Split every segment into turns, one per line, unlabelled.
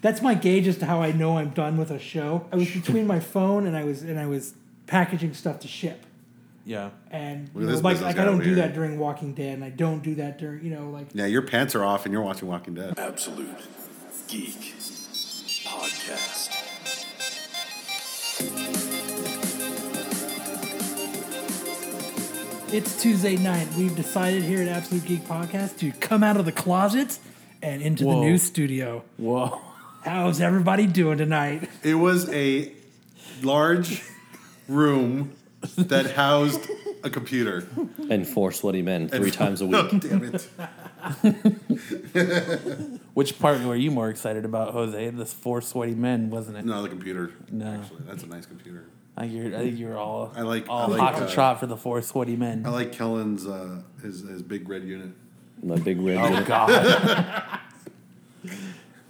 that's my gauge as to how I know I'm done with a show. I was between my phone and I was and I was packaging stuff to ship.
Yeah.
And
Look at
you know,
this
like,
business
like
guy
I don't
over
do
here.
that during Walking Dead, and I don't do that during you know like
Yeah, your pants are off and you're watching Walking Dead.
Absolute Geek Podcast.
It's Tuesday night. We've decided here at Absolute Geek Podcast to come out of the closet and into
Whoa.
the new studio.
Whoa.
How's everybody doing tonight?
It was a large room that housed a computer.
Enforce what he meant three times a
Oh,
week.
damn it.
Which part were you more excited about, Jose? This four sweaty men, wasn't it?
No, the computer.
No.
Actually, that's a nice computer.
I, think you're, I think you're all
I like-
all
I like,
hot and
uh,
shot for the four sweaty men.
I like Kellen's uh, his his big red unit.
My big red
oh
unit.
God.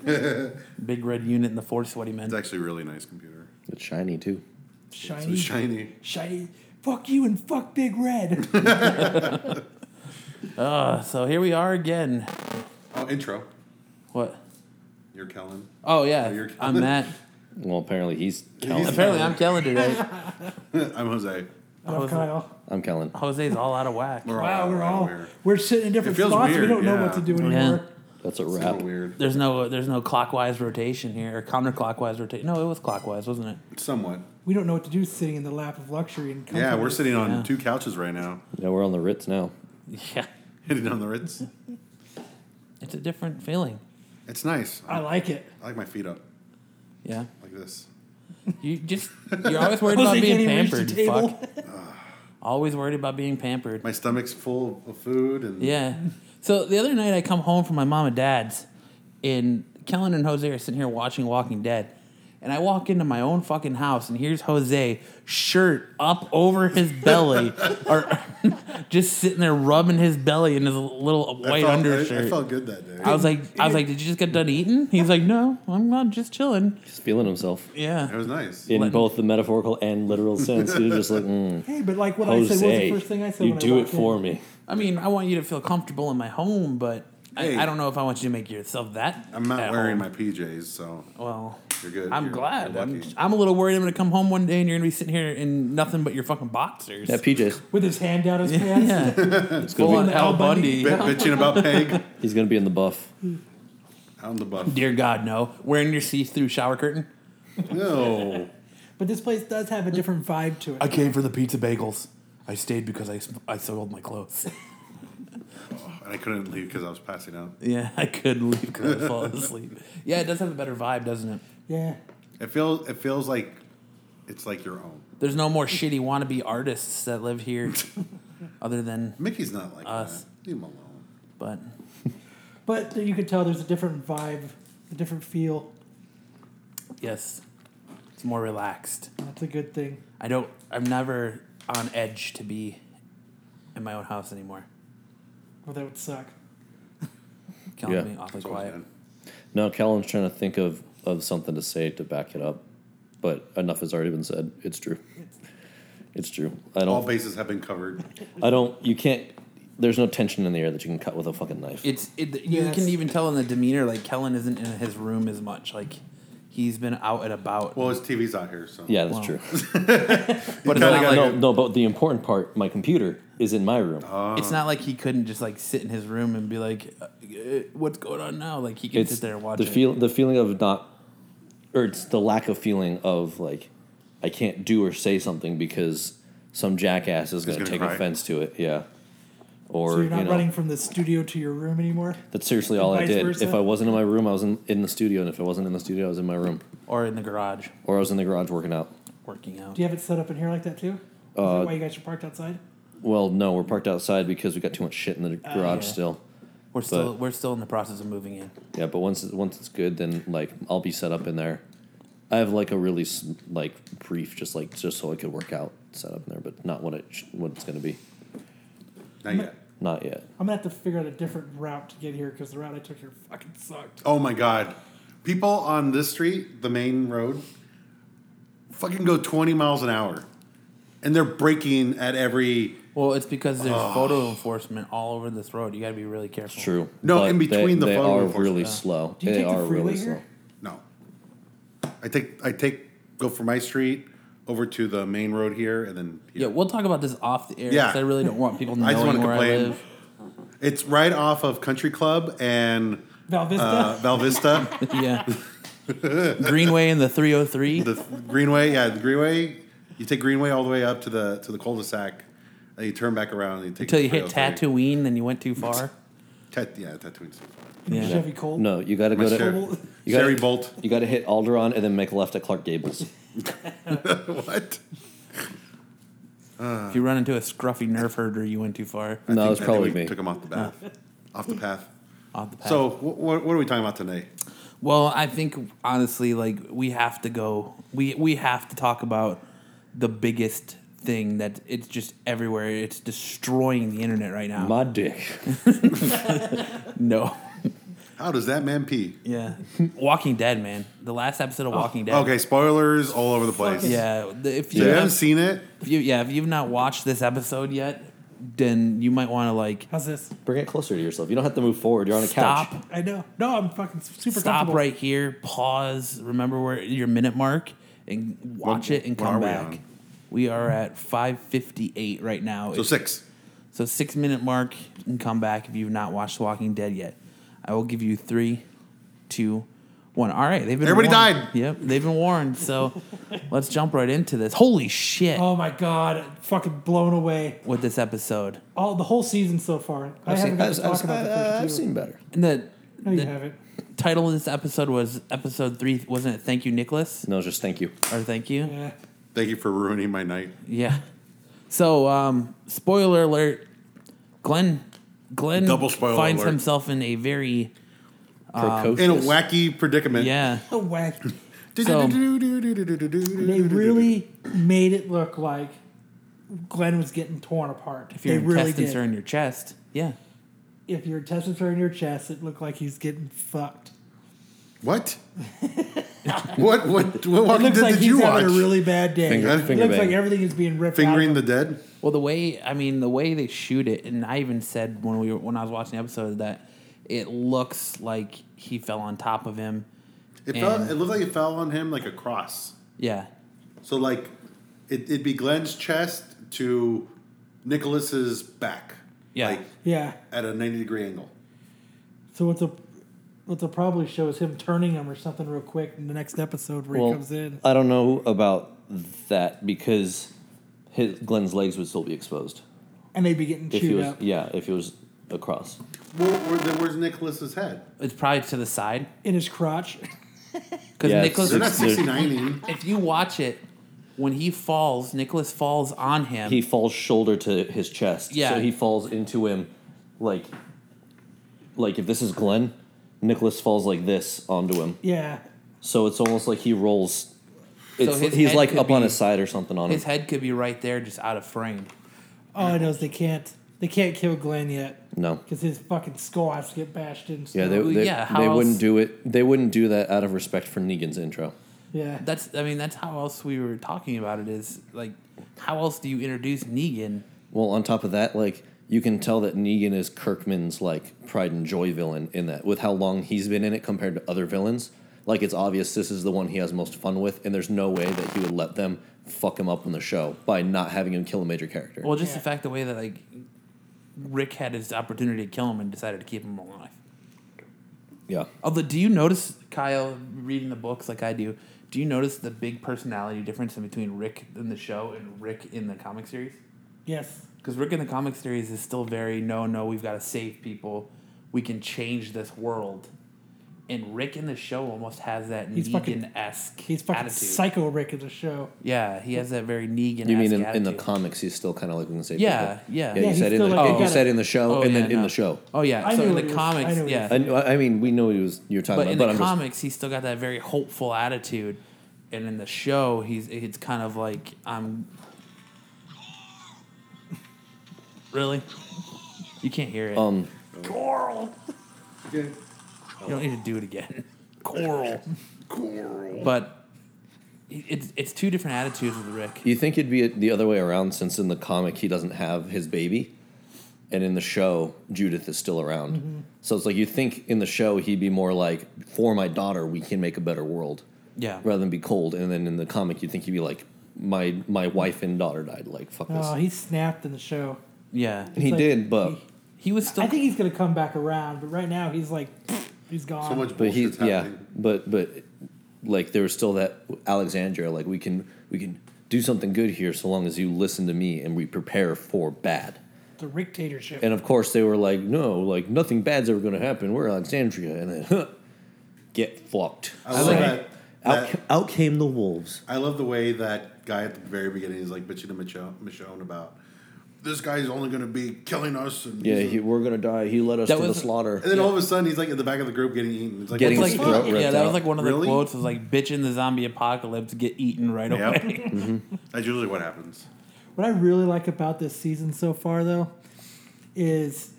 Big red unit and the four sweaty men.
It's actually a really nice computer.
It's shiny too.
It
Shiny,
was shiny.
shiny. Fuck you and fuck Big Red.
Uh, so here we are again.
Oh, intro.
What?
You're Kellen.
Oh yeah,
you're-
I'm Matt.
Well, Oh, apparently he's Kellen.
Apparently I'm Kellen today.
I'm Jose.
What up,
was-
Kyle?
I'm Kellen.
Jose's all out of whack.
We're
Wow, we're all
weird.
we're sitting in different
It feels
spots. we
weird,
don't know
yeah.
what to do
Yeah.
anymore.
That's a
It's a
wrap.
little weird.
There's no there's no clockwise rotation here or counterclockwise rotation. No, it was clockwise, wasn't it?
Somewhat.
We don't know what to do sitting in the lap of luxury and comfort.
Yeah, we're sitting on
Yeah.
two couches right now,
Yeah, we're on the Ritz now.
Yeah,
hitting on the Ritz.
it's a different feeling.
It's nice.
I
I,
like it.
like my feet up
Yeah,
like this.
you just you're always worried
Jose
about being
can't even reach
pampered.
the table.
Fuck. Always worried about being pampered.
My stomach's full of food and
Yeah. So the other night I come home from my mom and dad's, and Kellen and Jose are sitting here watching Walking Dead. And I walk into my own fucking house, and here's Jose, shirt up over his belly, or just sitting there rubbing his belly in his little
I
white
felt- I-
undershirt.
I,
I,
felt good that day.
was like, I was like, did you just get done eating? He's like, no, I'm not just chilling.
He's feeling himself
it
Yeah.
was nice.
in
Letting-
both the metaphorical and literal sense. You're just like, mm,
Hey, but like what I said, what was the
Jose,
first thing I said?
you
when I
do it
walked in?
for me.
I mean, I want you to feel comfortable in my home, but
Hey.
I, I don't know if I want you to make yourself that.
I'm not
at
wearing
home. Oh,
my PJs, so
Well,
you're good.
I'm
You're-
glad.
you're
I'm,
lucky.
I'm a little worried. I'm going to come home one day and you're going to be sitting here in nothing but your fucking boxers.
Yeah, PJs.
With his hand down his pants.
It's
Full
gonna
on
be,
Al Bundy.
Bit- bitching about Peg. Out
he's gonna be in the buff.
on the buff.
Dear God, no. Wearing your see-through shower curtain.
No.
But this place does have a different vibe to it.
came for the pizza bagels. I stayed because I, I soiled my clothes.
And I couldn't leave because I was passing out.
yeah, I could leave because I fall asleep. Yeah, it does have a better vibe, doesn't it?
Yeah.
It feels it feels like it's like your own.
There's no more shitty wannabe artists that live here other than,
Mickey's not like
Us.
that. Leave him alone.
but
But you could tell there's a different vibe, a different feel.
yes, it's more relaxed.
That's a good thing.
I don't, I'm never on edge to be in my own house anymore.
Well, that would suck.
Killing
Yeah.
me awfully
It's always
quiet.
been.
Now Kellen's trying to think of, of something to say to back it up, but enough has already been said. It's true. It's true. I
All
don't.
bases have been covered.
I don't. You can't. There's no tension in the air that you can cut with a fucking knife.
It's it, you
Yes.
can even tell in the demeanor like Kellen isn't in his room as much. Like he's been out and about.
Well, his TV's out here, so
Yeah, that's
Wow.
true.
but it's
kinda
not
got
like
No, no, but the important part, my computer is in my room.
Oh.
it's not like he couldn't just like sit in his room and be like, uh, uh, "What's going on now?" Like he can
it's
sit there and watch
the
it.
feel, the feeling of not, or it's the lack of feeling of like, I can't do or say something because some jackass is going to
gonna
take
cry.
offense to it. Yeah, or
So you're not
you know,
running from the studio to your room anymore?
that's seriously all I
vice
did.
versa?
If I wasn't in my room, I was in, in the studio, and if I wasn't in the studio, I was in my room
or in the garage
or I was in the garage working out.
working out.
Do you have it set up in here like that too? Is
Uh,
that why you guys are parked outside?
Well, no, we're parked outside because we got too much shit in the
Oh,
garage
yeah.
still.
We're still we're still in the process of moving in.
Yeah, but once it's, once it's good, then like I'll be set up in there. I have like a really s- like brief, just like just so I could work out set up in there, but not what it sh- what it's gonna be.
not yet.
Not yet.
I'm gonna have to figure out a different route to get here because the route I took here fucking sucked.
Oh my god. People on this street, the main road, fucking go 20 miles an hour. And they're braking at every
Well, it's because there's photo enforcement all over this road. You got to be really careful.
True.
No,
but
in between the
they, they
photo
are
enforcement.
really slow.
Do you
they
take the
are
freeway
really
here?
slow.
No. I take I take go from my street over to the main road here and then
Yeah,
here.
we'll talk about this off the air.
Yeah.
'cause I really don't want people
I just
knowing
wanna
where I
complain.
live.
It's right off of Country Club and
Val Vista.
uh, Val Vista,
Yeah. Greenway and the 303.
the Greenway. Yeah, the Greenway. You take Greenway all the way up to the to the cul-de-sac, and you turn back around and you take
until you hit
303.
Tatooine, then you went too far.
Tat- yeah, Tatooine.
Yeah.
Chevy Colt.
No, you got to go
My
to
Chevy,
you gotta-
Chevy Bolt.
You got to hit Alderaan and then make a left at Clark Gables.
What? uh,
If you run into a scruffy nerf herder, you went too far
No, that
I
was
think
probably
we
me.
Took him off the path. off the path.
off the path.
So wh- wh- what are we talking about today?
well, I think honestly, like we have to go. We we have to talk about the biggest thing that it's just everywhere. It's destroying the internet right now.
My dick.
no.
How does that man pee?
Yeah. Walking Dead, man. The last episode of Walking Dead.
Oh, Okay, spoilers all over the place.
Yeah. the- if
If
you
you haven't
have,
seen it,
if you, yeah, if you've not watched this episode yet, then you might want to like
How's this?
Bring it closer to yourself. You don't have to move forward. You're on a
stop.
couch.
I know. No, I'm fucking super
stop
comfortable.
right here, pause, remember where your minute mark, and watch
What-
it and
what
come
are we
back.
on?
We, are at 5:58 right now.
so six.
So six minute mark and come back if you've not watched The Walking Dead yet. I will give you three, two, one. All right, they've been
Everybody
warned.
died.
Yep, they've been warned. So let's jump right into this. Holy shit!
Oh my god, fucking blown away.
With this episode,
All the whole season so far. I
I've
haven't
seen,
got
I've,
to talk
I've-
about the
I've
first two.
seen better.
and the,
No, you
the
haven't.
title of this episode was episode three, wasn't it? Thank you, Nicholas,
No, just thank you.
or thank you.
Yeah.
Thank you for ruining my night.
Yeah. So, um, spoiler alert: Glenn, Glenn
Double spoiler
finds
alert.
himself in a very
Precocious.
In a wacky predicament.
yeah.
Oh, whack.
So-
They really made it look like Glenn was getting torn apart.
If your
they really
intestines
did.
are in your chest, yeah.
if your intestines are in your chest, it looked like he's getting fucked.
What? what? What? What? Walking
looks
Dead
like
did
he's
you watch?
having a really bad day.
Finger-
it
finger
looks
bang.
like everything is being ripped out.
Fingering
of
the
him.
dead.
Well, the way I mean, the way they shoot it, and I even said when we were, when I was watching the episode that it looks like he fell on top of him.
It fell,
And-
It looked like it fell on him like a cross.
Yeah,
So like, it, it'd be Glenn's chest to Nicholas's back.
Yeah.
Like
Yeah.
at a ninety degree angle.
So what the what they'll probably show is him turning him or something real quick in the next episode where he
Well,
comes in.
I don't know about that because his Glenn's legs would still be exposed
And they'd be getting
if he
chewed
was
up.
yeah if he was across.
Well, where, then where's Nicholas's head?
it's probably to the side
In his crotch.
because
Yeah,
Nicholas.
They're not
It's- there's-
sixty ninety.
if you watch it, when he falls, Nicholas falls on him.
He falls shoulder to his chest.
Yeah.
So he falls into him like like if this is Glenn, Nicholas falls like this onto him.
Yeah.
So it's almost like he rolls. It's,
his
he's
head
like
could
up on
be-
his side or something on
his
him.
head could be right there, just out of frame.
All I know is Oh, they can't they can't kill Glenn yet
No.
because his fucking skull has to get bashed in.
Yeah, they,
still.
they,
yeah, how
they
else-
wouldn't do it. They wouldn't do that out of respect for Negan's intro.
yeah.
That's I mean that's how else we were talking about it is like how else do you introduce Negan?
Well, on top of that, like you can tell that Negan is Kirkman's like pride and joy villain in that with how long he's been in it compared to other villains. Like it's obvious this is the one he has most fun with, and there's no way that he would let them fuck him up on the show by not having him kill a major character.
Well, just
Yeah.
the fact the way that like Rick had his opportunity to kill him and decided to keep him alive.
yeah,
Although, do you notice Kyle reading the books like I do? Do you notice the big personality difference in between Rick in the show and Rick in the comic series?
yes.
Because Rick in the comic series is still very no, no, we've got to save people, we can change this world, and Rick in the show almost has that
He's fucking-
Negan esque.
He's fucking
attitude.
psycho Rick in the show.
Yeah, he has that very Negan.
you mean in, in
attitude.
the comics he's still kind of like we can say
Yeah, yeah.
yeah.
Yeah,
you
he's
said in
still
the
like,
you
"We gotta-"
said in the show
Oh,
and then
yeah,
in
no.
the show.
Oh yeah,
I
so
knew
in
what he was-
the comics,
I knew what he
yeah,
was-
I, kn- I mean, we know he was you're talking
but in
about, but
the
I'm just
comics he's still got that very hopeful attitude, and in the show he's it's kind of like um, I'm. Really, you can't hear it.
um
Coral. You don't need to do it again. Coral. Coral. But it's it's two different attitudes with Rick.
You think it'd be the other way around since in the comic he doesn't have his baby? and in the show Judith is still around.
Mm-hmm.
So it's like you think in the show he'd be more like, "For my daughter, we can make a better world,"
Yeah.
rather than be cold. And then in the comic, you think he'd be like, "My my wife and daughter died. Like fuck this."
Oh, he snapped in the show.
Yeah.
he
like-
did, but
He was still.
I think he's gonna come back around, but right now he's like, he's gone.
So much
but he
bullshit's
yeah,
happening.
but but like there was still that Alexandria. Like we can we can do something good here so long as you listen to me and we prepare for bad.
the dictatorship.
And of course, they were like, no, like nothing bad's ever going to happen. We're Alexandria. And then, huh, get fucked.
I love
like-
that.
Out,
that-
out came the wolves.
I love the way that guy at the very beginning is like bitching to Michonne, Michonne about this guy's only going to be killing us. And
Yeah,
he's a-"
he, we're going to die. He led us
That
to the
was-
slaughter.
and then all of a sudden he's like at the back of the group getting eaten. It's like
Getting
what
It's
the
his
like,
fuck?
throat ripped
yeah, that
out.
was like one of
Really?
the quotes was like, "Bitch in the zombie apocalypse, get eaten right
Yep.
away."
That's usually what happens.
What I really like about this season so far, though, is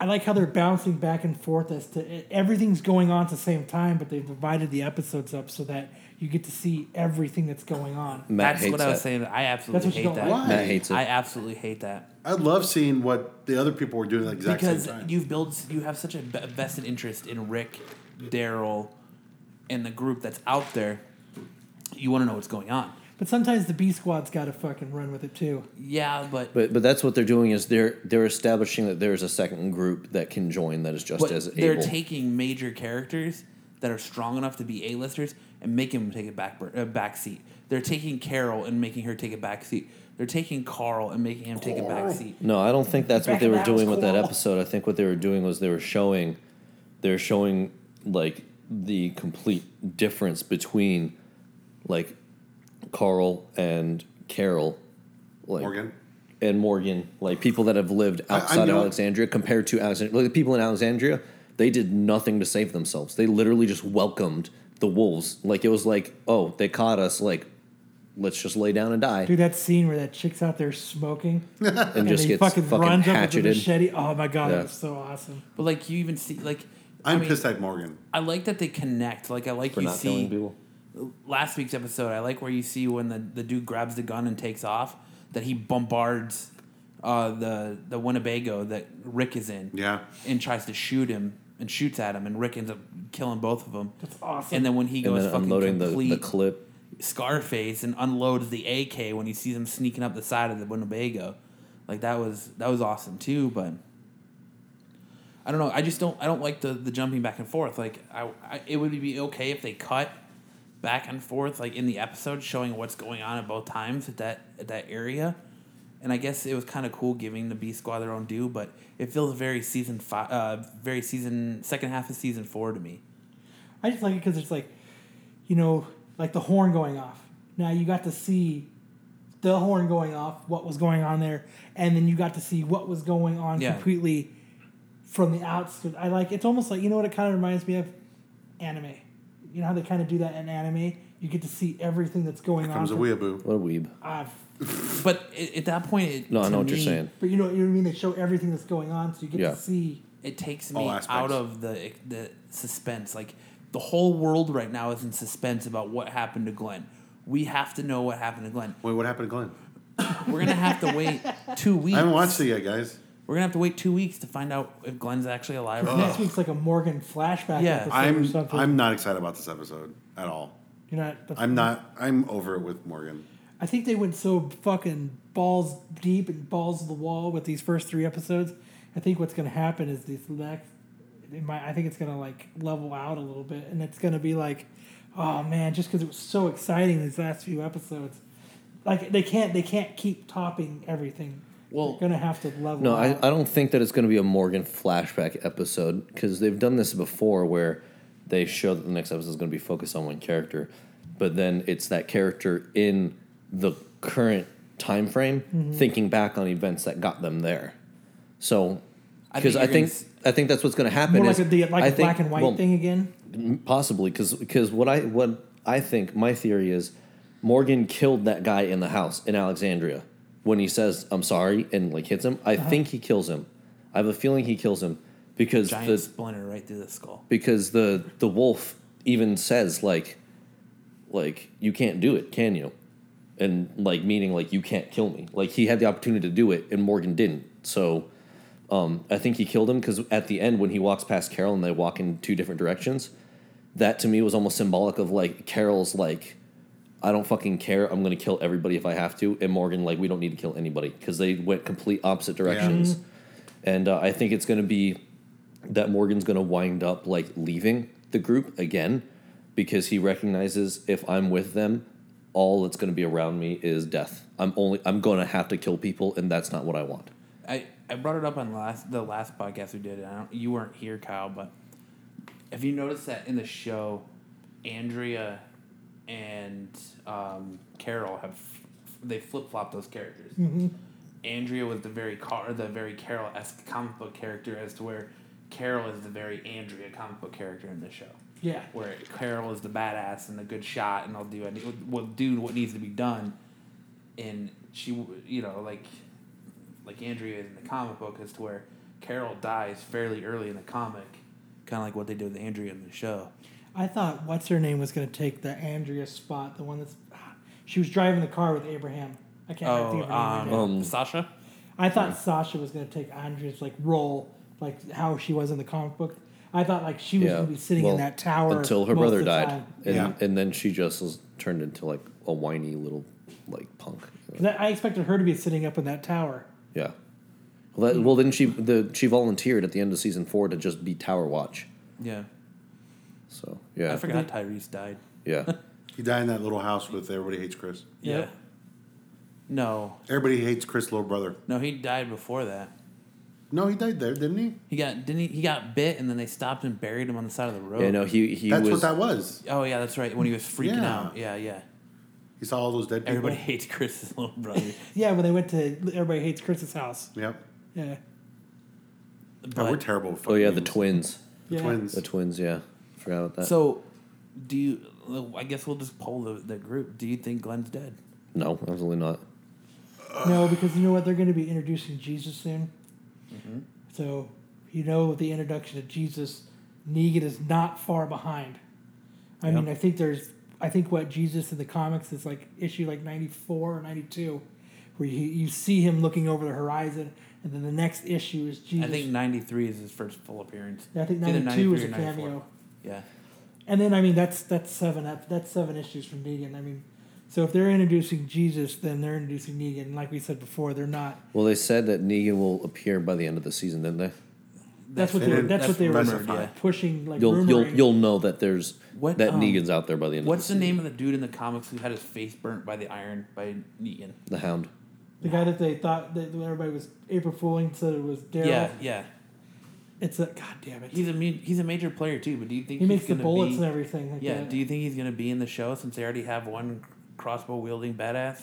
I like how they're bouncing back and forth as to e-, everything's going on at the same time, but they've divided the episodes up so that you get to see everything that's going on.
Matt
That's
hates
what
that.
I was saying. I absolutely
That's what you
hate that.
don't like.
Matt hates it.
I absolutely hate that.
I love seeing what the other people were doing at the exact
because
same time.
you've built you have such a be- vested interest in Rick, Daryl, and the group that's out there. You want to know what's going on.
But sometimes the B squad's got to fucking run with it too.
Yeah, but
But, but that's what they're doing is they're they're establishing that there's a second group that can join that is just
but
as
they're
able.
taking major characters that are strong enough to be A-listers and making them take a back bur- a back seat. They're taking Carol and making her take a back seat. They're taking Carl and making him take a back seat.
No, I don't think that's what
Back
they
of the
were
house
doing with that
cool.
episode. I think what they were doing was they were showing, they were showing like the complete difference between, like, Carl and Carol, like
Morgan.
and Morgan, like people that have lived
I
outside of
know-
Alexandria compared to Alexandria. Like the people in Alexandria, they did nothing to save themselves. They literally just welcomed the wolves. Like it was like, oh, they caught us. Like, let's just lay down and die.
Dude, that scene where that chick's out there smoking and,
and just
he
gets
fucking,
fucking,
runs up with a
hatcheted.
machete. Oh my god,
Yeah.
that was so awesome.
But like you even see like
I'm
mean,
pissed at Morgan.
I like that they connect. Like I like
for
you
not
see
killing people.
last week's episode, I like where you see when the, the dude grabs the gun and takes off that he bombards uh, the the Winnebago that Rick is in.
Yeah.
And tries to shoot him and shoots at him and Rick ends up killing both of them.
That's awesome.
And then when he
and
goes
then
fucking
unloading the,
complete
the clip.
Scarface and unloads the AK when he sees him sneaking up the side of the Winnebago. Like that was that was awesome too, but I don't know. I just don't I don't like the, the jumping back and forth. Like I, I it would be okay if they cut back and forth like in the episode showing what's going on at both times at that at that area. And I guess it was kind of cool giving the B squad their own due, but it feels very season five, uh, very season second half of season four to me.
I just like it because it's like, you know, like the horn going off. Now you got to see the horn going off, what was going on there, and then you got to see what was going on
Yeah.
completely from the outs. I like it's almost like you know what it kind of reminds me of anime. You know how they kind of do that in anime. You get to see everything that's going on.
Comes a
from-
weeaboo.
What a weeb.
I've-
But at, at that point, it,
No, I
to
know what you're
me,
saying.
but you know, you know what I mean. They show everything that's going on, so you get
Yeah.
to see.
it takes
All
me
aspects.
out of the the suspense. Like the whole world right now is in suspense about what happened to Glenn. We have to know what happened to Glenn.
Wait, what happened to Glenn?
We're gonna have to wait two
I
weeks.
haven't watched it yet, guys.
We're gonna have to wait two weeks to find out if Glenn's actually alive or
Next
not.
week's like a Morgan flashback
Yeah.
episode or
I'm
something.
I'm not excited about this episode at all.
You're not. that's-
I'm not. I'm over it with Morgan.
I think they went so fucking balls deep and balls to the wall with these first three episodes. I think what's going to happen is these next. It might, I think it's going to like level out a little bit, and it's going to be like, oh man, just because it was so exciting these last few episodes, like they can't they can't keep topping everything.
Well-
They're going to have to level.
No, I,
out.
I don't think that it's going to be a Morgan flashback episode because they've done this before where they show that the next episode is going to be focused on one character, but then it's that character in the current time frame thinking back on events that got them there. So,
I think
because I
you're gonna
think, I
s-
think that's what's going to happen.
more
is
like a, the, like
I
a
think-
black and white
well,
thing again.
possibly because what I what I think my theory is Morgan killed that guy in the house in Alexandria when he says I'm sorry and like hits him. I think he kills him. I have a feeling he kills him because
Giant
the
splinter right through the skull.
because the the wolf even says like like you can't do it, can you? And like meaning like you can't kill me. Like he had the opportunity to do it and Morgan didn't. So um, I think he killed him because at the end, when he walks past Carol and they walk in two different directions, that to me was almost symbolic of like Carol's like, I don't fucking care. I'm gonna kill everybody if I have to. And Morgan like, we don't need to kill anybody because they went complete opposite directions. And uh, I think it's gonna be that Morgan's going to wind up like leaving the group again because he recognizes if I'm with them, all that's going to be around me is death. I'm only I'm going to have to kill people, and that's not what I want.
I, I brought it up on last the last podcast we did. And I don't, you weren't here, Kyle, but have you noticed that in the show, Andrea and um, Carol have they flip flop those characters. Andrea was the very car the very Carol esque comic book character, as to where Carol is the very Andrea comic book character in the show.
Yeah.
where Carol is the badass and the good shot, and I'll do any, will do what needs to be done, and she you know like like Andrea is in the comic book as to where Carol dies fairly early in the comic, kind of like what they did with Andrea in the show.
I thought what's her name was going to take the Andrea spot, the one that's she was driving the car with Abraham. I can't
Oh,
think of her name.
um,
right now.
Sasha.
I thought Sasha was going to take Andrea's like role, like how she was in the comic book. I thought like she was going to be sitting
well,
in that tower
until her
most of
brother
the
died,
time.
and
Yeah.
and then she just was turned into like a whiny little like punk.
'Cause I I expected her to be sitting up in that tower.
Yeah. Well, that, well, then she the she volunteered at the end of season four to just be Tower Watch.
Yeah,
So yeah,
I forgot Tyrese died.
yeah.
He died in that little house with Everybody Hates Chris.
Yep.
No,
Everybody Hates Chris, little brother.
no, he died before that.
No, he died there, didn't he?
He got didn't he? He got bit, and then they stopped and buried him on the side of the
Oh.
road.
Yeah, no, he he
That's
was
what that was.
Oh yeah, that's right. When he was freaking
Yeah.
out. Yeah, yeah.
He saw all those dead people.
Everybody hates Chris's little brother.
Yeah, when they went to everybody hates Chris's house.
Yep.
Yeah,
God, we're
But-
terrible. with
oh yeah, the
fucking
twins,
names. The
Yeah.
twins.
the twins, yeah. Forgot about that.
So, do you? I guess we'll just poll the, the group. Do you think Glenn's dead?
no, absolutely not.
no, because you know what? They're going to be introducing Jesus soon.
Mm-hmm.
So you know, with the introduction of Jesus, Negan is not far behind. I mean, I think there's, I think what Jesus in the comics is like issue like ninety four or ninety two, where you, you see him looking over the horizon, and then the next issue is Jesus.
I think ninety three is his first full appearance.
Yeah, I think
It's either
92 is
93
a
or 94.
cameo.
Yeah,
And then I mean that's that's seven up that's seven issues from Negan. I mean, so if they're introducing Jesus, then they're introducing Negan. And like we said before, they're not.
Well, they said that Negan will appear by the end of the season, didn't they?
That's, what they were,
That's-
that's, what they were
that's rumored,
pushing like
You'll you'll
rumoring.
you'll know that there's
What,
that
um,
Negan's out there by the end.
What's the
of the,
name of the dude in the comics who had his face burnt by the iron by Negan?
The Hound.
the guy that they thought that everybody was April fooling said it was Daryl.
Yeah, yeah.
It's a god damn it.
He's a mean, he's a major player too. But do you think
he
he's
makes the
gonna
bullets
be-
and everything. Like
yeah.
that.
Do you think he's gonna be in the show since they already have one crossbow wielding badass?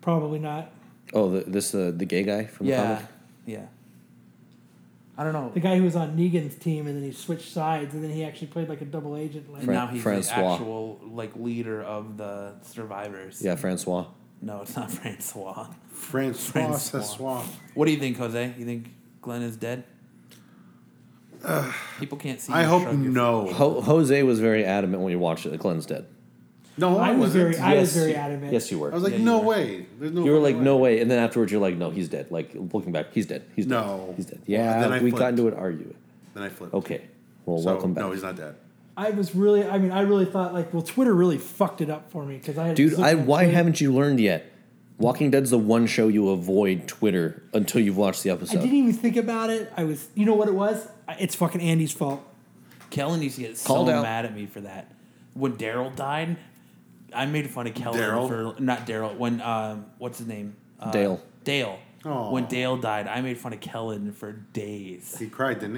Probably not.
Oh, the, this uh, the gay guy from the
Yeah,
comic.
yeah. I don't know.
The guy who was on Negan's team and then he switched sides and then he actually played like a double agent. Like
and now he's the
Francois.
actual like leader of the survivors.
Yeah, Francois.
No, it's not Francois.
Francois
Francois.
Sassois.
What do you think, Jose? You think Glenn is dead? People can't see.
I
you
hope
shrug your-
no.
Ho- Jose was very adamant when you watched it. that Glenn's dead.
No, I,
I was
wasn't.
very I was
Yes,
very
you-
adamant.
Yes, you
I
were.
was like,
Yeah, you
no
were.
way. There's no
you were
fucking
like, no way. And then afterwards, you're like, no, he's dead. Like looking back, he's dead. He's
No.
dead. he's dead.
Well,
Yeah,
then I
we
flipped.
got into an argument.
Then I flipped.
Okay, well,
So,
welcome back,
No, he's not dead.
I was really, I mean, I really thought like, well, Twitter really fucked it up for me because I, had-
dude.
looking
I
at
why
Twitter-
haven't you learned yet? Walking Dead's the one show you avoid Twitter until you've watched the
I
episode.
didn't even think about it. I was, you know what it was? I- It's fucking Andy's fault.
Kellen used to get so
Called out.
mad at me for that. When Daryl died, I made fun of Kellen
Daryl?
for not Daryl. When um, what's his name? Uh,
Dale.
Dale.
Aw.
When Dale died, I made fun of Kellen for days.
He cried, didn't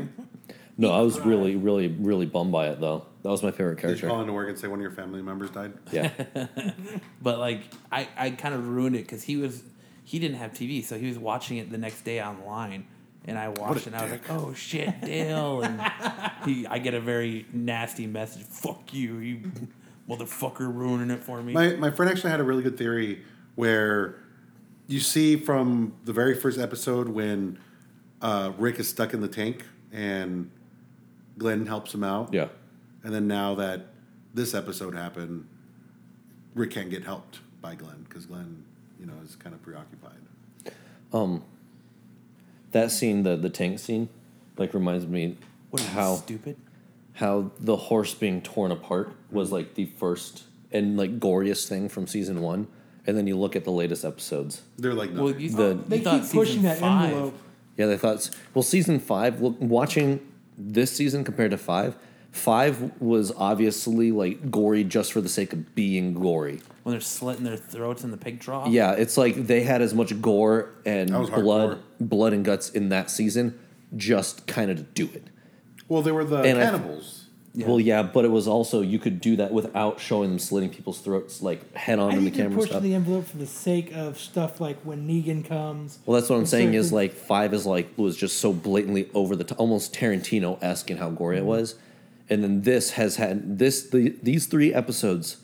he?
No, I was really, really, really bummed by it though. That was my favorite
Did you call
character.
into work and say one of your family members died?
Yeah,
But like, I, I kind of ruined it because he was he didn't have TV, so he was watching it the next day online, and I watched it and I was like, oh shit, Dale, and he I get a very nasty message, fuck you, you motherfucker, ruining it for me.
My, my friend actually had a really good theory where you see from the very first episode when uh, Rick is stuck in the tank and Glenn helps him out.
yeah.
And then now that this episode happened, Rick can't get helped by Glenn because Glenn, you know, is kind of preoccupied.
that scene, the the tank scene, like reminds me
What are you,
how
stupid?
how the horse being torn apart was like the first and like goriest thing from season one, and then you look at the latest episodes.
They're like, no.
Well, you,
The-
you
They
thought
keep
season
pushing that
five-
envelope.
Yeah, they thought. Well, season five. Look, watching this season compared to five, five was obviously like gory just for the sake of being gory.
when they're slitting their throats in the pig trough.
Yeah, it's like they had as much gore and
was
blood,
hardcore.
blood and guts in that season, just kind of to do it.
well, they were the
And I-
cannibals.
Well, yeah, but it was also you could do that without showing them slitting people's throats like head on
I
in the
think they're
camera and
pushing
stuff.
the envelope for the sake of stuff like when Negan comes.
well, that's what I'm
It's
saying
like
is
the-
like five is like was just so blatantly over the top, almost Tarantino esque in how gory it was, and then this has had this the these three episodes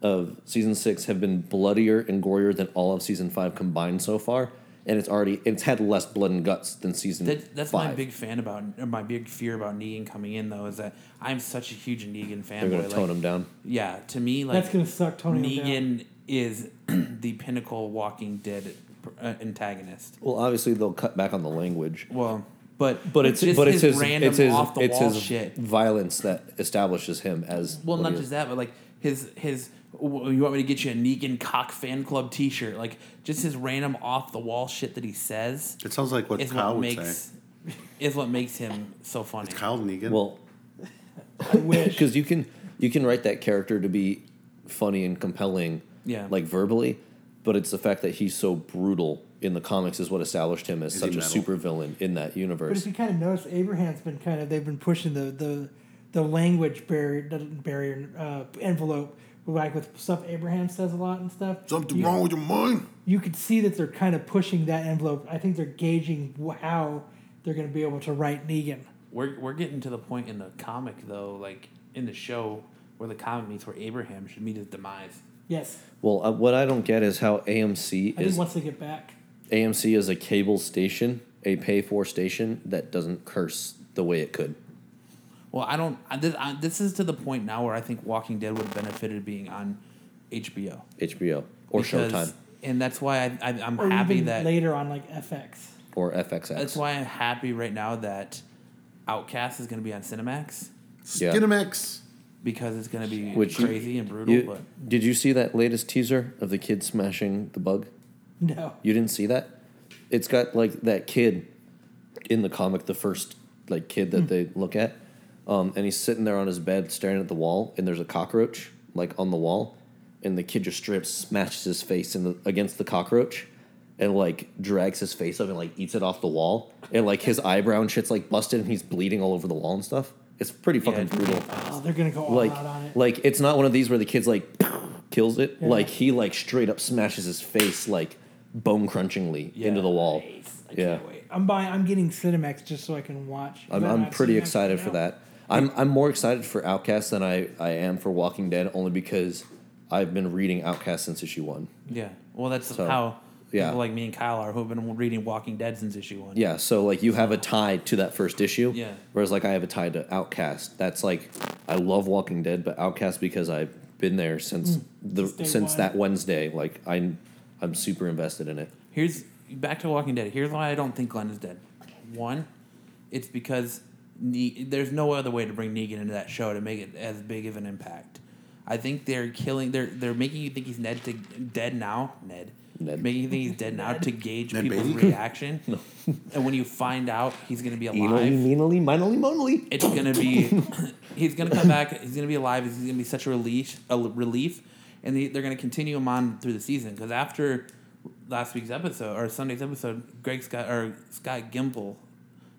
of season six have been bloodier and gorier than all of season five combined so far, and it's already it's had less blood and guts than season.
That, that's
five.
my big fan about, or my big fear about Negan coming in though, is that I'm such a huge Negan
They're
fanboy.
gonna tone
like,
him down.
Yeah, to me, like
That's gonna suck Tony down.
Negan is the pinnacle Walking Dead uh, antagonist.
Well, obviously they'll cut back on the language.
Well, but
But it's
just
but it's his,
random
it's his
off the
it's
wall
his
shit.
violence that establishes him as
Well,
what
not
he is.
just that, but like his his. "Well, You want me to get you a Negan Cock fan club T-shirt? Like just his random off the wall shit that he says
It sounds like what
is
Kyle
what
would
makes
say.
is what makes him so funny.
Kyle Negan.
well
I wish.
because you can you can write that character to be funny and compelling
Yeah.
like verbally, but it's the fact that he's so brutal in the comics is what established him as
Is he
such a
metal?
supervillain in that
But
universe.
if you kind of notice, Abraham's been kind of they've been pushing the the the language barrier the barrier uh, envelope like with stuff Abraham says a lot and stuff.
Something
you,
wrong with your mind?
You could see that they're kind of pushing that envelope. I think they're gauging wh- how they're going to be able to write Negan.
We're we're getting to the point in the comic though, like in the show where the comic meets where Abraham should meet his demise.
Yes,
Well, uh, what I don't get is how
I
AMC
think
is
once they get back,
AMC is a cable station, a pay for station that doesn't curse the way it could.
Well, I don't. I, this, I, this is to the point now where I think Walking Dead would have benefited being on HBO
HBO or
Because-
Showtime
and that's why I, I, I'm
or
happy
even
that
later on like FX.
or FXX.
that's why I'm happy right now that Outcast is going to be on Cinemax
Yeah.
Skinemax.
because it's going to be
Which you-
crazy and brutal.
You,
but
did you see that latest teaser of the kid smashing the bug?
No,
You didn't see that? It's got like that kid in the comic, the first like kid that they look at, um, and he's sitting there on his bed staring at the wall, and there's a cockroach like on the wall, and the kid just strips, smashes his face in the, against the cockroach. And like drags his face up and like eats it off the wall, and like his eyebrow and shit's like busted, and he's bleeding all over the wall and stuff. It's pretty fucking
it's-
brutal
oh, they're going to go all
like
out on it.
like it's not one of these where the kid's like kills it
Yeah.
like he like straight up smashes his face like bone crunchingly
Yeah.
into the wall
Nice. I
yeah
can't wait. I'm buying. I'm getting Cinemax just so I can watch.
i'm,
But
I'm
I've
pretty
seen that
excited
right
for
now.
that I'm, I'm more excited for outcast than I, I am for walking dead only because i've been reading outcast since issue one
yeah, well, that's
So,
how
yeah.
people like me and Kyle are who've been reading Walking Dead since issue one.
yeah so like you have a tie to that first issue
Yeah.
whereas like i have a tie to outcast that's like i love walking dead but outcast because i've been there since the
Mm. Since day
since
one.
that wednesday like i'm i'm super invested in it
Here's back to Walking Dead. Here's why I don't think Glenn is dead. One, it's because ne- there's no other way to bring Negan into that show to make it as big of an impact. I think they're killing. They're they're making you think he's Ned to, dead now. Ned.
Ned.
Making you think he's dead now to gauge
Ned
people's
Beatty?
reaction. and when you find out he's gonna be
Enily,
alive,
meanily, minily, monily.
it's gonna be he's gonna come back. He's gonna be alive. He's gonna be such a relief, a l- relief, and they, they're gonna continue him on through the season because after last week's episode or Sunday's episode, Greg Scott or Scott Gimple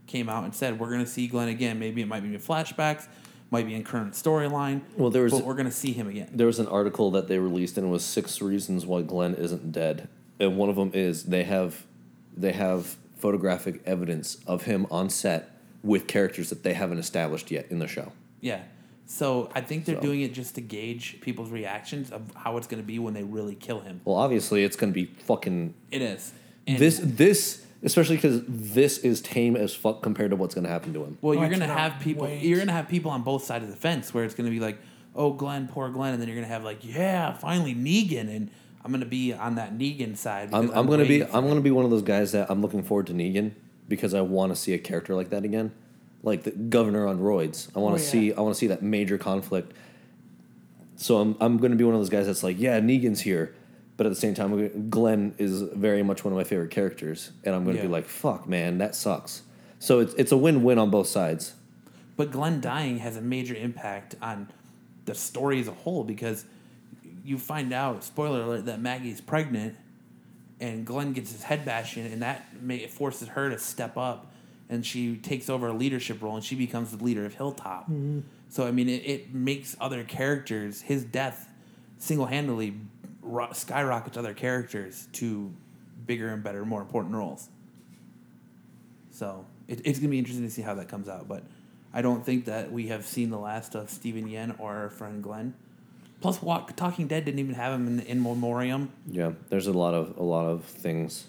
came out and said we're gonna see Glenn again. Maybe it might be in flashbacks, might be in current storyline.
Well, there was-
but we're gonna see him again.
There was an article that they released, and it was six reasons why Glenn isn't dead. And one of them is they have, they have photographic evidence of him on set with characters that they haven't established yet in the show.
Yeah. So I think they're
So-
doing it just to gauge people's reactions of how it's gonna be when they really kill him.
Well, obviously, it's going to be fucking
It is. And-
this. This especially because this is tame as fuck compared to what's going to happen to him.
Well,
Oh, I
you're gonna
cannot
have people.
wait.
You're gonna have people on both sides of the fence where it's gonna be like, "Oh, Glenn, poor Glenn," and then you're gonna have like, "Yeah, finally Negan," and I'm gonna be on that Negan side.
I'm,
because
I'm going to be
waiting for-
I'm going to be one of those guys that I'm looking forward to Negan, because I want to see a character like that again, like the governor on roids. I want
Oh,
to
yeah.
see I want to see that major conflict. So I'm I'm going to be one of those guys that's like, yeah, Negan's here, but at the same time, I'm gonna- Glenn is very much one of my favorite characters, and I'm going to
Yeah.
be like, fuck, man, that sucks. So it's it's a win win on both sides.
But Glenn dying has a major impact on the story as a whole because you find out, spoiler alert, that Maggie's pregnant and Glenn gets his head bashed in, and that may, it forces her to step up and she takes over a leadership role and she becomes the leader of Hilltop. So, I mean, it, it makes other characters, his death single handedly ro- skyrockets other characters to bigger and better, more important roles. So it, it's gonna be interesting to see how that comes out. But I don't think that we have seen the last of Stephen Yen or our friend Glenn. Plus, Walk, Talking Dead didn't even have him in, in memoriam.
Yeah, there's a lot of a lot of things.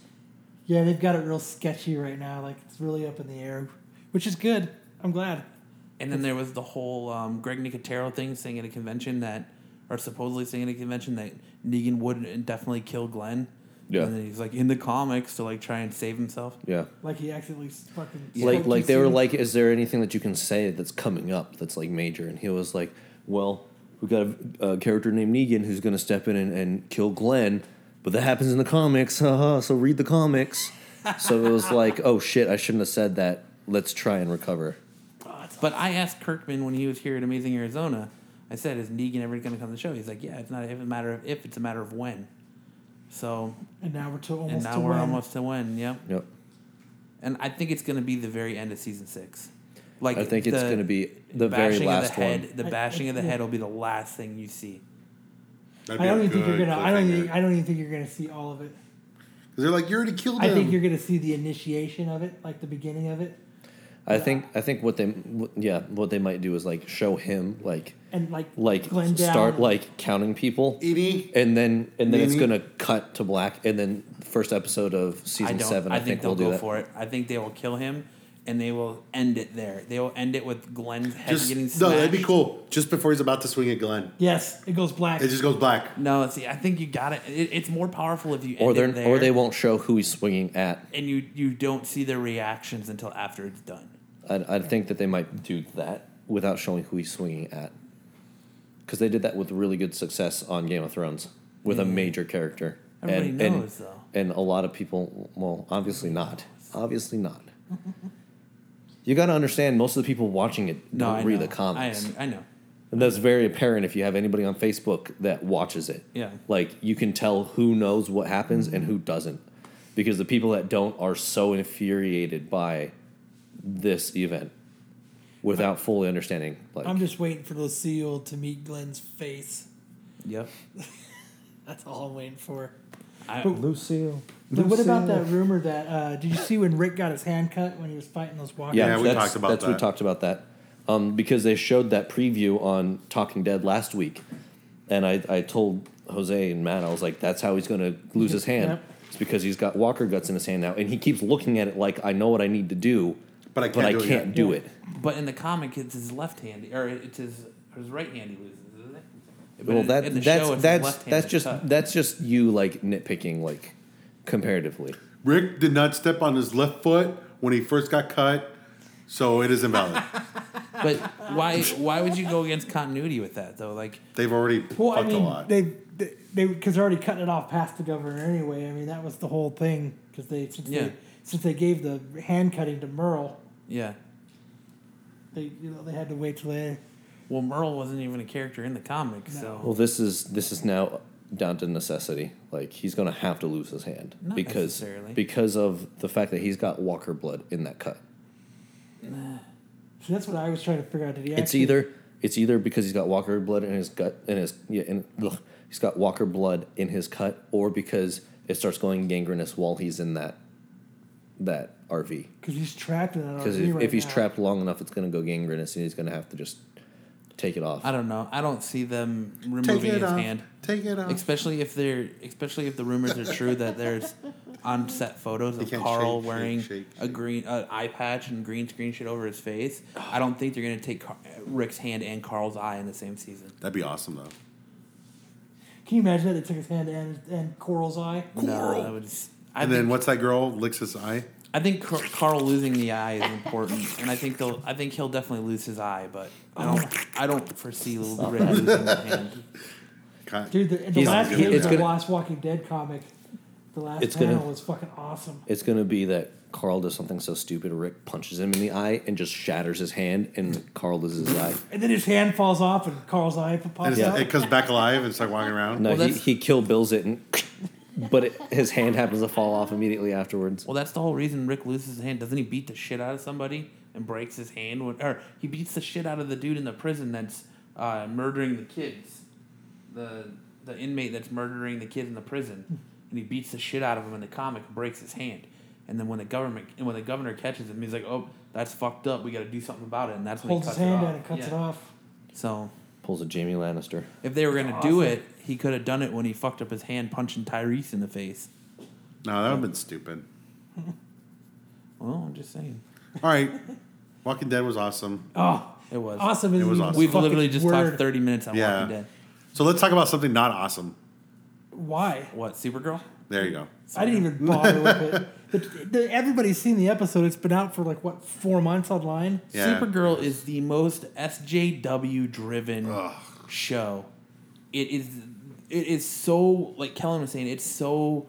Yeah, they've got it real sketchy right now. Like it's really up in the air, which is good. I'm glad.
And then there was the whole um, Greg Nicotero thing, saying at a convention that, or supposedly saying at a convention that Negan would definitely kill Glenn.
Yeah.
And then he's like in the comics to like try and save himself.
Yeah.
Like he accidentally s- fucking spoke
like
too
like they were
soon.
like is there anything that you can say that's coming up that's like major and he was like well we got a, a character named negan who's going to step in and, and kill glenn but that happens in the comics haha, so read the comics so it was like oh shit i shouldn't have said that let's try and recover
But I asked Kirkman when he was here at Amazing Arizona. I said, "Is Negan ever going to come to the show?" He's like, "Yeah, it's not a matter of if; it's a matter of when." So
and now we're to almost.
and now
to
we're
win.
almost to win. Yep.
yep
And I think it's going to be the very end of season six. Like
I think it's
the
gonna be the very
bashing of
last
the
one.
head, The
I-
bashing of the
yeah.
head will be the last thing you see.
That'd
I
be a
don't even think you're
good
gonna. I don't.
cliffhanger.
Even, I don't even think you're gonna see all of it.
'Cause they're like, you already killed
I
him.
think you're gonna see the initiation of it, like the beginning of it,
i think i think what they what- yeah what they might do is like show him like
and like
like
Glenn Down.
start like counting people
Edie.
and then and then it's
Mhm.
gonna cut to black and then first episode of
I
season
don't.
seven
I,
i,
think, they'll
we'll do
go
that
for it. I think they will kill him, and they will end it there. They will end it with Glenn's head
Just,
getting
no,
smashed.
that'd be cool. Just before he's about to swing at Glenn,
yes, it goes black.
it just goes black.
No, see, I think you got it. it it's more powerful if you
or
end
they
it there.
or they won't show who he's swinging at.
and you you don't see their reactions until after it's done.
I I think that they might do that without showing who he's swinging at, because they did that with really good success on Game of Thrones with a major character.
Mm-hmm. Everybody knows, though.
and a lot of people, well, obviously not, obviously not. you got to understand, most of the people watching it
No,
don't
I
read
know.
the comics,
I, am, I know.
and that's very apparent if you have anybody on Facebook that watches it.
Yeah.
like you can tell who knows what happens and who doesn't, because the people that don't are so infuriated by this event without fully understanding. Like,
I'm just waiting for Lucille to meet Glenn's face.
Yep.
That's all I'm waiting for.
I,
But-
Lucille.
But what about that rumor that uh, did you see when Rick got his hand cut when he was fighting those walkers?
Yeah,
Yeah, we
that's,
talked about
that's, We
that.
talked about that um, because they showed that preview on Talking Dead last week, and I, I told Jose and Matt I was like, "That's how he's going to lose his hand.
Yep.
It's because he's got Walker guts in his hand now, and he keeps looking at it like I know what I need to do,
But I
but
can't
I
do it
can't
yet."
do
Yeah.
it."
but in the comic, it's his left hand, or it's his his right hand he loses, isn't it? But
well,
in-
that
in the
that's
show, it's his
that's
left hand
that's just
cut.
that's just you like nitpicking like comparatively.
Rick did not step on his left foot when he first got cut, so it is invalid.
But why why would you go against continuity with that though? Like
They've already
Well, I
fucked a
mean,
lot.
they they they because they're already cutting it off past the governor anyway. I mean, that was the whole thing because they since
Yeah.
they since they gave the hand cutting to Merle,
yeah.
they you know they had to wait till they
Well, Merle wasn't even a character in the comic,
Well,
so
this is this is now down to necessity. Like he's gonna have to lose his hand
Not
because
necessarily.
because of the fact that he's got Walker blood in that cut.
So that's what I was trying to figure out. Did he?
It's
actually-
either it's either because he's got Walker blood in his gut in his yeah in, ugh, he's got Walker blood in his cut, or because it starts going gangrenous while he's in that that RV.
Because he's trapped in that
Because
RV
if,
right
if he's
now.
trapped long enough, it's gonna go gangrenous, and he's gonna have to just take it off.
I don't know. I don't see them
Take
removing
it
his
off.
hand,
Take it off.
especially if they're especially if the rumors are true that there's on-set photos of
can't
Carl
shake,
wearing
shake, shake,
a green uh, eye patch and green screen shit over his face. I don't think they're gonna take Car- Rick's hand and Carl's eye in the same season.
That'd be awesome though.
Can you imagine that? They took his hand and and Coral's eye.
No, that would. s- I
and
think
then what's that girl licks his eye?
I think Car- Carl losing the eye is important, and I think they'll. I think he'll definitely lose his eye, but I don't. I don't foresee Rick losing the hand.
Kind
Dude, the, the
He's-
last
it's
page of the
gonna-
last Walking Dead comic, the last
It's gonna-
panel was fucking awesome.
It's gonna be that Carl does something so stupid, Rick punches him in the eye and just shatters his hand, and Carl loses his eye.
And then his hand falls off, and Carl's eye
and
pops
it's-
out.
it comes back alive and it's like walking around.
No,
Well,
he,
that's-
he kill bills it, and but it, his hand happens to fall off immediately afterwards.
Well, that's the whole reason Rick loses his hand. Doesn't he beat the shit out of somebody and breaks his hand? When, or he beats the shit out of the dude in the prison that's uh, murdering the kids, the the inmate that's murdering the kids in the prison, and he beats the shit out of him in the comic and breaks his hand. And then when the government and when the governor catches him, he's like, "Oh, that's fucked up. We got to do something about it." And that's when
Holds
he cuts
his hand
it off.
out and cuts it
Yeah.
off.
So
Pulls a Jamie Lannister.
if they were gonna do it, he could have done it when he fucked up his hand punching Tyrese in the face.
No, that would have been stupid.
Well, I'm just saying,
All right. Walking Dead was awesome.
Oh,
it was.
awesome! Is
It was
even a
awesome.
We've
fucking
literally just
word.
talked 30 minutes on
Yeah.
Walking Dead.
So let's talk about something not awesome.
Why?
What, Supergirl?
There you go.
I didn't even bother with it. The, the, everybody's seen the episode. It's been out for like what four months online.
Yeah.
Supergirl is the most SJW driven
Ugh.
show. It is it is so like Kellen was saying, it's so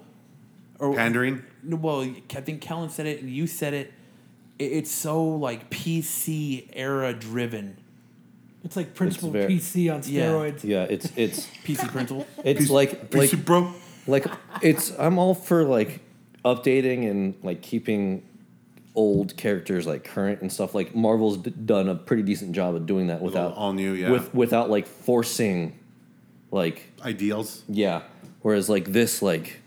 or
Pandering.
No, well, I think Kellen said it and you said it. It- It's so like PC era driven.
It's like Principal
very-
PC on
Yeah.
steroids.
Yeah, it's it's
PC principle.
it's like like
PC, bro.
like it's I'm all for like updating and like keeping old characters like current and stuff like Marvel's d- done a pretty decent job of doing that without
all new, yeah.
with without like forcing like
Ideals.
yeah whereas like this like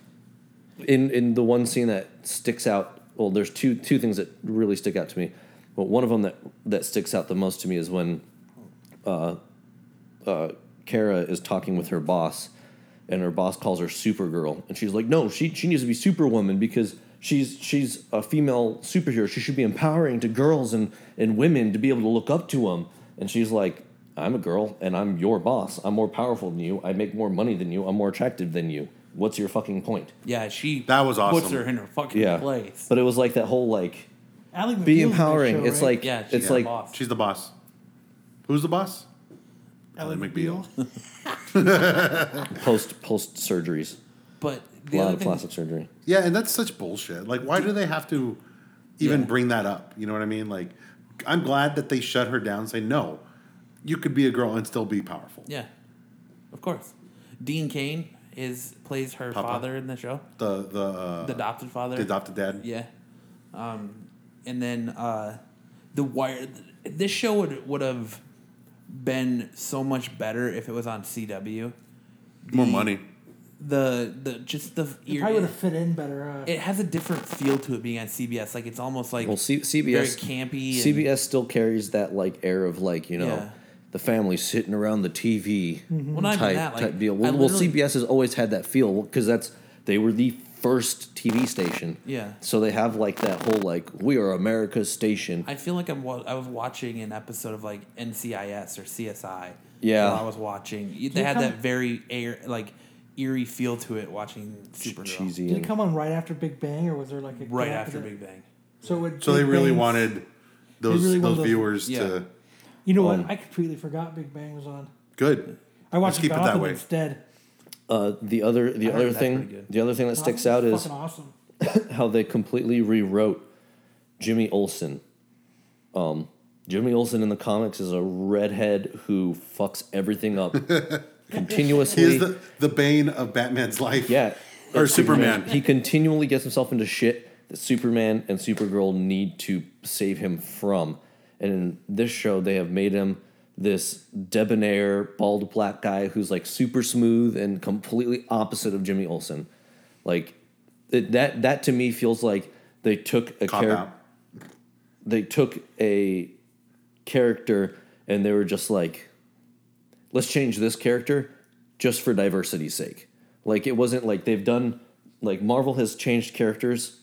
in in the one scene that sticks out well there's two two things that really stick out to me but one of them that that sticks out the most to me is when uh uh Kara is talking with her boss and her boss calls her Supergirl and she's like no she she needs to be Superwoman because she's she's a female superhero she should be empowering to girls and and women to be able to look up to them and she's like I'm a girl and I'm your boss I'm more powerful than you I make more money than you I'm more attractive than you what's your fucking point
Yeah, she
That was
puts
awesome.
her in her fucking
yeah.
place.
But it was like that whole like
Ali
be
McBeal's in that
empowering.
show,
it's
right?
like
Yeah, she's
it's
the
like
boss.
She's the boss. Who's the boss? Ally McBeal.
post post surgeries.
But
A
the
lot
other
of
thing,
plastic surgery.
Yeah, and that's such bullshit. Like, why do they have to even
Yeah.
bring that up? You know what I mean? Like, I'm glad that they shut her down and say, no, you could be a girl and still be powerful.
Yeah, of course. Dean Kane is plays her
Papa.
father in the show,
The, the, uh,
the adopted father.
the adopted dad.
Yeah, um, and then uh, the wire. This show would would have been so much better if it was on CW.
More
The-
money.
The the just the
It probably would have fit in better. Uh,
it has a different feel to it being on CBS. Like it's almost like
Well, C-
very
CBS
campy. and-
CBS still carries that like air of like you know
Yeah. Mm-hmm.
the family sitting around the TV
Well, not even
type,
that, like,
type deal.
I
Well, well,
literally-
CBS has always had that feel because that's they were the first TV station.
Yeah.
So they have like that whole like we are America's station.
I feel like I'm. wa- I was watching an episode of like NCIS or CSI.
Yeah.
while I was watching. They
you
had
come-
that very air, like eerie feel to it. Watching Supergirl
cheesy.
did it
And,
come on right after Big Bang, or was there like a
right
gap
after
in it?
Big Bang.
So, it,
So they
Big
really
Bang's-
wanted those,
really wanted
those
those-
viewers
yeah.
to.
You know what? I completely forgot Big Bang was on.
Good.
I watched
keep it that
Gotham
way.
instead.
uh, the other the
heard
other
that's pretty
thing
good.
the other thing that sticks out
Gotham
is
was fucking awesome.
how they completely rewrote Jimmy Olsen. Um, Jimmy Olsen in the comics is a redhead who fucks everything up continuously.
He is the, the bane of Batman's life.
yeah,
Or
that's
Superman.
He continually gets himself into shit that Superman and Supergirl need to save him from. And in this show, they have made him this debonair, bald black guy who's like super smooth and completely opposite of Jimmy Olsen. Like it, that, that to me feels like they took a
Cop
character
out.
they took a character and they were just like, let's change this character just for diversity's sake. Like it wasn't like they've done like Marvel has changed characters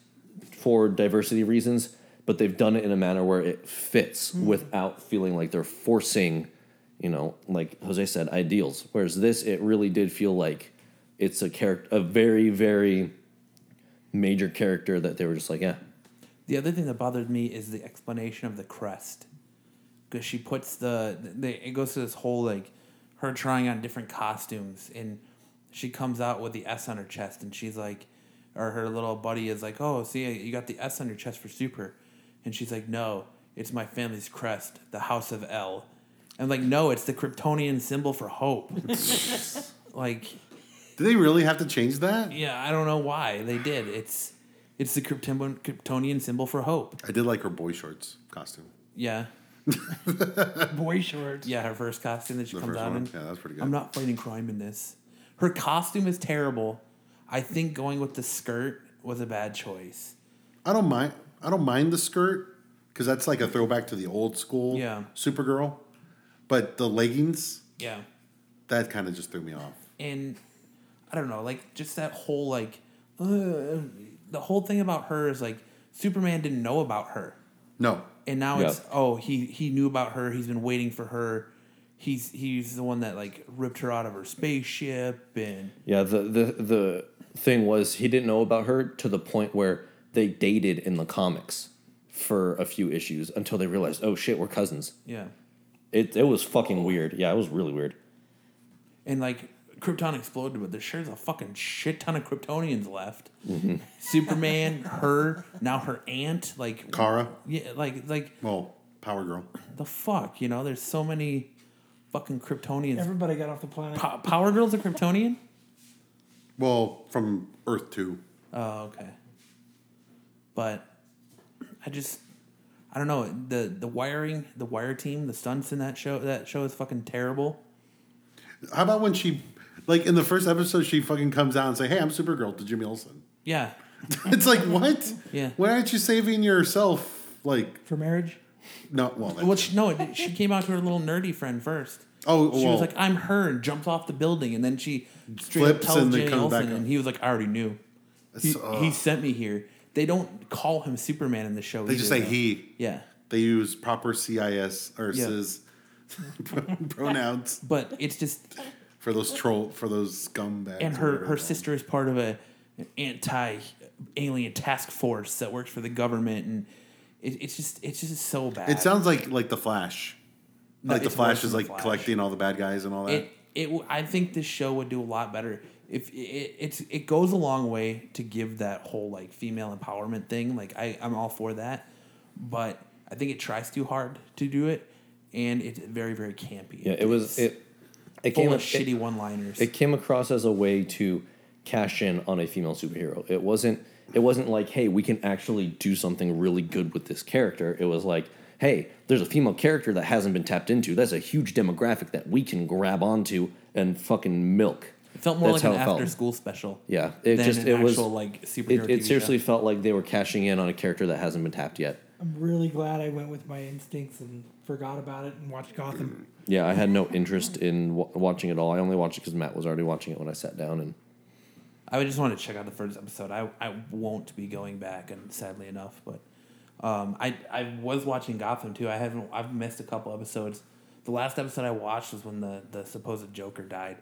for diversity reasons, but they've done it in a manner where it fits without feeling like they're forcing, you know, like Jose said, ideals. Whereas this, it really did feel like it's a character, a very, very major character that they were just like, yeah,
The other thing that bothered me is the explanation of the crest, because she puts the they, it goes to this whole like her trying on different costumes, and she comes out with the S on her chest, and she's like, or her little buddy is like, oh, see, you got the S on your chest for super, and she's like, no, it's my family's crest, the House of L, and like, no, it's the Kryptonian symbol for hope, like.
Do they really have to change that?
Yeah, I don't know why they did. It's it's the Krypton- Kryptonian symbol for hope.
I did like her boy shorts costume.
Yeah,
Boy shorts.
yeah, her first costume that she
The
comes
first
out
one.
in.
Yeah, that was pretty good.
I'm not fighting crime in this. Her costume is terrible. I think going with the skirt was a bad choice.
I don't mind. I don't mind the skirt because that's like a throwback to the old school
Yeah.
Supergirl. But the leggings
Yeah,
that kind of just threw me off.
and I don't know, like just that whole like uh, the whole thing about her is like Superman didn't know about her.
No,
and now
Yeah.
it's oh he he knew about her he's been waiting for her he's he's the one that like ripped her out of her spaceship and
Yeah, the, the the thing was he didn't know about her to the point where they dated in the comics for a few issues until they realized, oh shit, we're cousins.
yeah
It it was fucking weird. Yeah, it was really weird.
and like krypton exploded but there's sure's a fucking shit ton of kryptonians left superman her now her aunt like
Kara.
yeah like like
Well, Power Girl.
the fuck you know there's so many fucking kryptonians
Everybody got off the planet.
Po- power girl's a kryptonian
Well, from Earth Two.
Oh, okay. But I just I don't know the the wiring, the wire team, the stunts in that show that show is fucking terrible.
How about when she, like in the first episode, she fucking comes out and say, "Hey, I'm Supergirl" to Jimmy Olsen.
Yeah.
it's like what?
Yeah.
Why aren't you saving yourself? Like
for marriage.
no, well, that's
Well, she, no, it- she came out to her little nerdy friend first.
Oh,
she
well.
was like, "I'm her," and jumps off the building, and then she straight up
Flips
tells
and then
Jimmy
comes back
Olsen,
up.
and he was like, "I already knew. He,
It's, uh,
he sent me here." They don't call him Superman in the show.
they just say
either, though.
he.
Yeah,
They use proper CIS or
Yeah.
CIS pronouns
but it's just
for those troll for those scumbags.
and
or
her
whatever
her
they're called.
sister is part of a an anti alien task force that works for the government and it, it's just it's just so bad
It sounds like like the Flash.
No,
like the
Oh, it's worse
Flash
than
is
The
like
Flash.
collecting all the bad guys and all that.
it it w- i think this show would do a lot better if it, it it's it goes a long way to give that whole like female empowerment thing like i i'm all for that but i think it tries too hard to do it and it's very very campy
Yeah, it was it. It
full
came
of
it-
shitty one liners
it came across as a way to cash in on a female superhero. It wasn't it wasn't like, hey, we can actually do something really good with this character. It was like, hey, there's a female character that hasn't been tapped into. That's a huge demographic that we can grab onto and fucking milk.
It felt more
That's
like an
how it felt.
after school special
Yeah, it
than
just-
an
it was-
actual like superhero
It,
TV
it
show.
seriously felt like they were cashing in on a character that hasn't been tapped yet.
I'm really glad I went with my instincts and forgot about it and watched Gotham.
Yeah, I had no interest in w- watching it all. I only watched it because Matt was already watching it when I sat down, and
I would just want to check out the first episode. I, I won't be going back, and sadly enough, but um, I I was watching Gotham too. I haven't I've missed a couple episodes. The last episode I watched was when the, the supposed Joker died.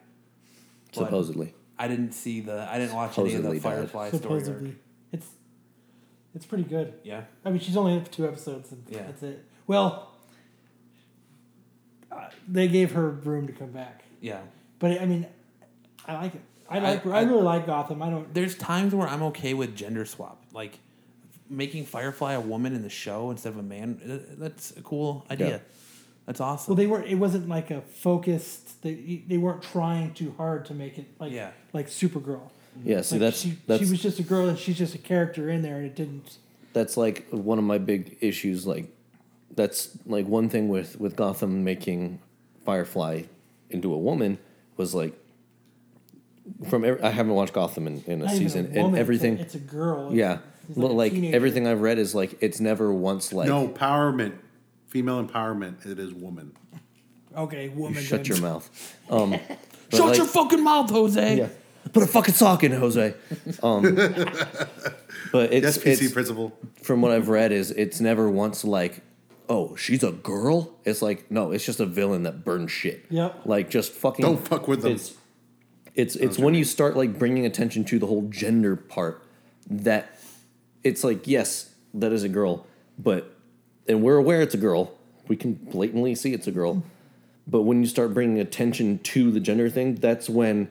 But
supposedly,
I didn't see the I didn't watch any
Supposedly
of the
died.
Firefly story.
supposedly,
Or,
it's it's pretty good.
yeah,
I mean, she's only in it for two episodes, and
Yeah.
that's it. Well, uh, they gave her room to come back,
yeah.
but I mean, I like it. I like. I,
I-
really like Gotham. I don't.
There's times where I'm okay with gender swap, like making Firefly a woman in the show instead of a man. uh, That's a cool idea.
Yeah.
That's awesome.
Well, they were. It wasn't like a focused. They they weren't trying too hard to make it like
Yeah.
like Supergirl.
yeah. See,
Like,
that's
she,
that's
she was just a girl, and she's just a character in there, and it didn't.
that's like one of my big issues like that's like one thing with with gotham making firefly into a woman was like from every, i haven't watched gotham in, in a
not even
season
woman,
and everything
It's a, it's a girl. It's-
yeah
it's a
well, like
teenager.
everything i've read is like it's never once like
no empowerment, female empowerment. It is woman.
Okay, woman.
shut
then.
your mouth um but
Shut
like-
your fucking mouth, Jose.
yeah put a fucking sock in jose um but it's,
That's PC
it's
principle.
from what I've read is it's never once like, oh, she's a girl. It's like no, it's just a villain that burns shit.
Yep.
Like just fucking
Don't fuck with them.
It's it's, it's when you start like bringing attention to the whole gender part that it's like yes, that is a girl, but and we're aware it's a girl. We can blatantly see it's a girl. But when you start bringing attention to the gender thing, that's when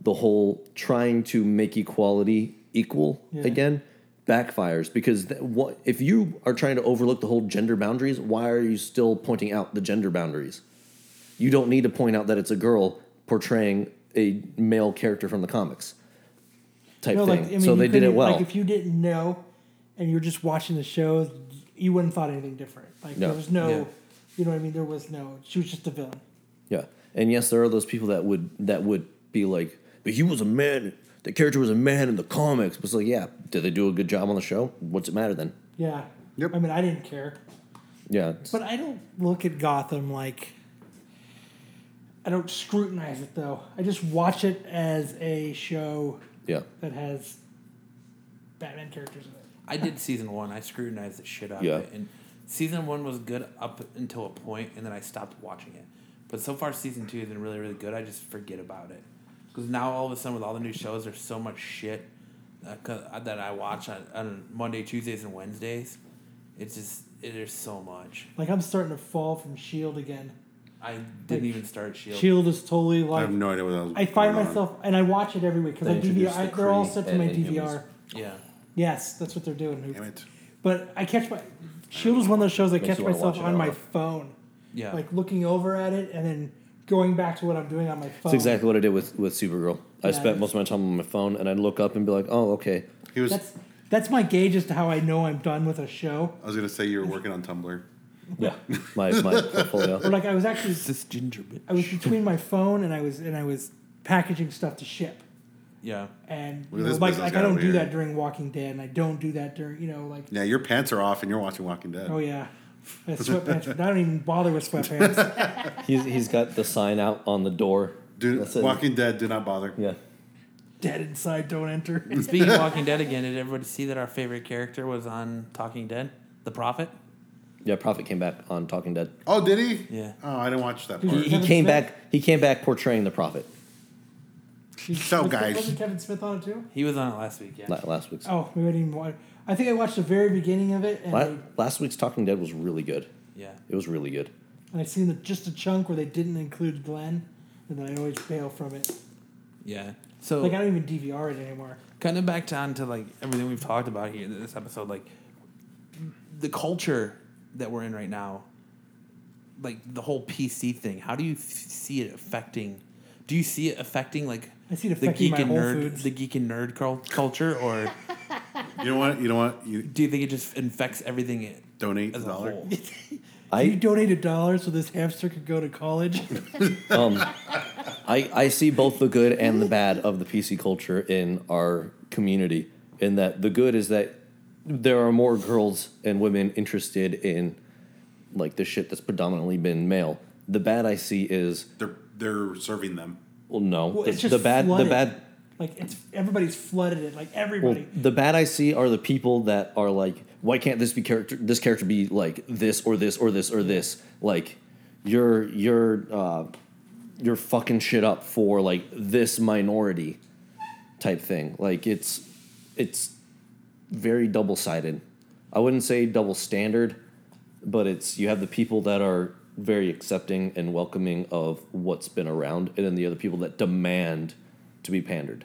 the whole trying to make equality equal again backfires because th- what, if you are trying to overlook the whole gender boundaries, why are you still pointing out the gender boundaries? You don't need to point out that it's a girl portraying a male character from the comics type thing. so
you
they did it
couldn't-
well.
Like if you didn't know, and you were just watching the show, you wouldn't thought anything different. Like
No.
there was no,
Yeah.
you know what I mean. There was no. She was just a villain.
Yeah, and yes, there are those people that would that would be like, but he was a man. The character was a man in the comics. But it's like, yeah, did they do a good job on the show? What's it matter then?
Yeah.
Yep.
I mean, I didn't care,
Yeah, it's-
but I don't look at Gotham like. I don't scrutinize it though. I just watch it as a show
yeah,
that has Batman characters in it.
I did season one. I scrutinized the shit out
Yeah.
of it, and season one was good up until a point, and then I stopped watching it. But so far, season two has been really, really good. I just forget about it because now all of a sudden, with all the new shows, there's so much shit that co- that I watch on, on Monday, Tuesdays, and Wednesdays. It's just it, there's so much.
Like I'm starting to fall from Shield E again.
I didn't even start Shield.
Shield E is totally
I
like
have no idea what that was.
I find
going on.
myself, and I watch it every week because
They
I DVR.
introduced the
I, they're all
Kree
set to
and
my
Inhumans.
DVR.
Yeah,
Yes, that's what they're doing.
Damn it.
But I catch my Shield is one of those shows I
Makes
catch
you wanna
myself
watch it
on
all.
my phone,
yeah.
like looking over at it and then going back to what I'm doing on my phone.
that's exactly what I did with with Supergirl. I
Yeah,
spent most of my time on my phone, and I'd look up and be like, oh, okay,
He was.
That's that's my gauge as to how I know I'm done with a show.
I was gonna say you were working on Tumblr.
yeah, my my portfolio.
Or like I was actually
this ginger bit.
I was between my phone and I was and I was packaging stuff to ship.
Yeah,
And
at
you know,
this
like
business
like
guy
I don't
over
do
here.
that during Walking Dead, and I don't do that during you know like
Yeah, your pants are off and you're watching Walking Dead.
oh yeah. Uh, Sweatpants. I don't even bother with sweatpants.
He's he's got the sign out on the door.
Do,
That says-
Walking Dead, do not bother.
Yeah,
Dead inside, don't enter.
Speaking of Walking Dead again, did everybody see that our favorite character was on Talking Dead, the Prophet?
yeah. Prophet came back on Talking Dead.
Oh, did he?
Yeah.
Oh, I didn't watch that
Did
part.
He, he
Kevin
came
Smith?
back. He came back portraying the Prophet
So, guys.
wasn't Kevin Smith on it too?
He was on it last week. Yeah.
la- last week's.
Oh, we didn't even watch. I think I watched the very beginning of it, and I,
La- last week's Talking Dead was really good.
Yeah.
It was really good.
and I seen the, just a chunk where they didn't include Glenn, and then I always bail from it.
Yeah. So
Like I don't even DVR it anymore.
kind of back down to like everything we've talked about here in this episode, like the culture that we're in right now, like the whole PC thing. How do you f- see it affecting? Do you see it affecting like
I see it
the
affecting
geek
my
and
Whole
nerd,
Foods.
the geek and nerd cul- culture, or
You know what? You know what? You
do you think it just infects everything it-
donate
as
a
a
dollar.
whole?
I-
you donate a dollar so this hamster could go to college.
I, I see both the good and the bad of the PC culture in our community. In that the good is that there are more girls and women interested in like the shit that's predominantly been male. The bad I see is
They're they're serving them.
well no
Well,
the,
it's just
the bad
flooded.
the bad
Like it's everybody's flooded it. Like
well,
everybody.
the bad I see are the people that are like why can't this be character this character be like this or this or this or this like you're you're uh, you're fucking shit up for like this minority type thing. Like it's it's very double sided. I wouldn't say double standard, but it's you have the people that are very accepting and welcoming of what's been around, and then the other people that demand to be pandered.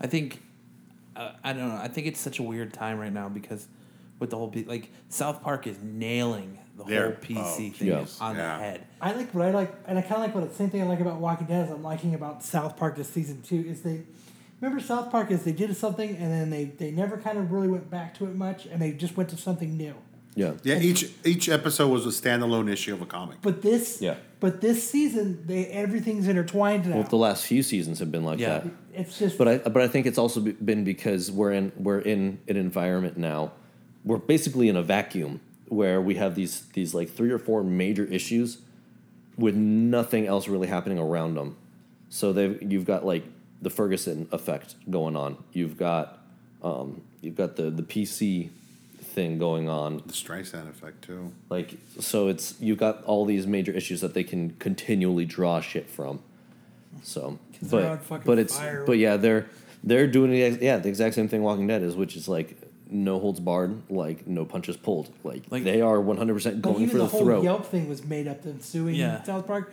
I think uh, I don't know. I think it's such a weird time right now because with the whole P- like South Park is nailing the
They're-
whole PC
oh,
thing
yes,
on
yeah.
the head.
I like what I like, and I kind of like what the same thing I like about Walking Dead is I'm liking about South Park this season too. Is they remember South Park is they did something and then they they never kind of really went back to it much, and they just went to something new.
Yeah.
Yeah, each each episode was a standalone issue of a comic.
But this,
Yeah.
But this season, they everything's intertwined now.
Well, the last few seasons have been like
Yeah.
that.
it's just
But I but I think it's also be- been because we're in we're in an environment now. We're basically in a vacuum where we have these these like three or four major issues with nothing else really happening around them. So they have you've got like the Ferguson effect going on. You've got um, you've got the the PC thing going on.
the Streisand effect too.
Like so it's you've got all these major issues that they can continually draw shit from. So
they're on
but
fucking
but it's
fire.
but yeah, they're they're doing the ex- yeah, the exact same thing Walking Dead is, which is like no holds barred, like no punches pulled. Like,
Like-
they are 100%
But
going
even
for
the,
the,
whole
throat.
Yelp thing was made up. Them suing
Yeah.
South Park.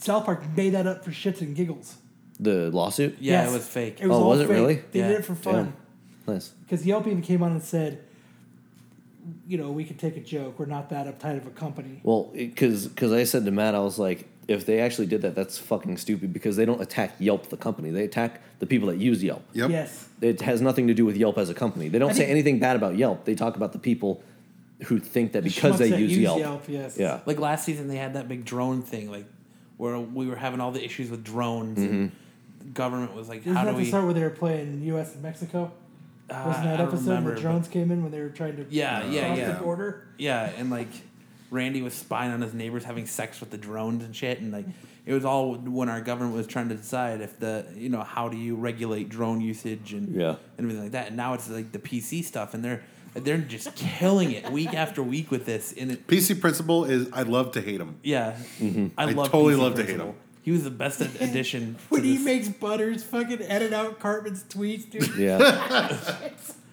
South Park made that up for shits and giggles.
The lawsuit?
Yeah,
Yes.
it was fake.
Oh,
all
was it
fake.
really?
They
Yeah.
did it for fun.
Nice.
Because Yelp even came on and said, you know, we could take a joke. We're not that uptight of a company.
Well, because I said to Matt, I was like, if they actually did that, that's fucking stupid because they don't attack Yelp, the company. They attack the people that use Yelp.
Yep.
Yes.
It has nothing to do with Yelp as a company. They don't
I
say
think-
anything bad about Yelp. They talk about the people who think that
The
because they
schmucks that
use,
use
Yelp.
Yelp, yes.
Yeah.
Like last season, they had that big drone thing, like where we were having all the issues with drones. and the Government was like,
Isn't
"How
that
do
the
we?"
start where they were playing U.S. and Mexico?
Uh,
Wasn't that
I don't
episode when
remember,
the
but-
drones came in when they were trying to
Yeah, yeah,
cross
yeah,
the border?
yeah. And like, Randy was spying on his neighbors having sex with the drones and shit, and like, it was all when our government was trying to decide if the you know how do you regulate drone usage and
Yeah.
and everything like that. And now it's like the PC stuff, and they're they're just killing it week after week with this, and it
PC principle is I love to hate him.
Yeah,
Mm-hmm. I totally
PC
love to hate
Principal.
him.
He was the best ad- addition. to
When he
this.
makes Butters fucking edit out Cartman's tweets, dude.
Yeah.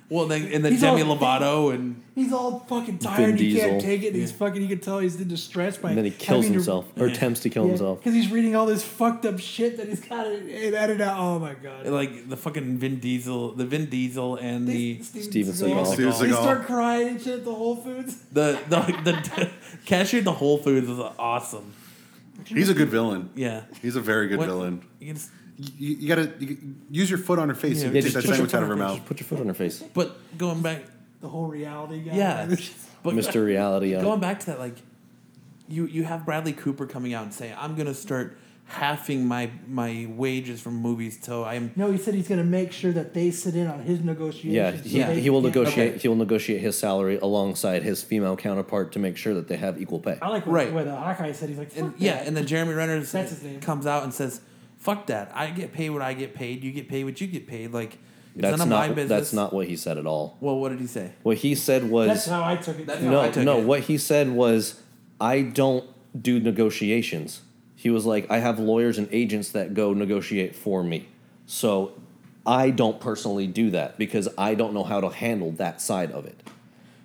well, then, and then
He's
Demi
all-
Lovato and
He's all fucking tired. He
Diesel.
can't take it. and He's fucking. You can tell he's in distress by.
and then he kills himself or attempts to kill himself.
because he's reading all this fucked up shit that he's got it it edited out. Oh my god.
like the fucking Vin Diesel, the Vin Diesel and the
Steven Seagal.
Steven
They
Seagal.
start crying and shit at the Whole Foods.
the the, the cashier at the Whole Foods is awesome.
He's a good villain.
Yeah,
He's a very good
What-
villain.
you just-
You, you gotta you, use your foot on her face.
Yeah,
and
Yeah,
take
just
that
put your
sandwich
foot
out of her
on
mouth.
Put your foot on her face.
but going back,
The whole reality guy.
yeah, but
Mr. Reality. Uh,
going back to that, like you you have Bradley Cooper coming out and saying, "I'm gonna start." Halving my my wages from movies till I'm
No, he said he's gonna make sure that they sit in on his negotiations.
yeah,
so
he,
Yeah.
they
he will
can't-
negotiate.
Okay.
He will negotiate his salary alongside his female counterpart to make sure that they have equal pay.
I like what,
Right.
what the Hawkeye said. He's like,
And
Fuck
yeah,
that.
and then Jeremy Renner
That's his name.
comes out and says, "Fuck that! I get paid what I get paid. You get paid what you get paid. Like it's
That's
none of my
not.
business."
That's not what he said at all.
Well, what did he say?
What he said was
that's how I took it.
That's
too.
how I
no,
took
no.
it.
What he said was, I don't do negotiations. He was like, I have lawyers and agents that go negotiate for me. So I don't personally do that because I don't know how to handle that side of it.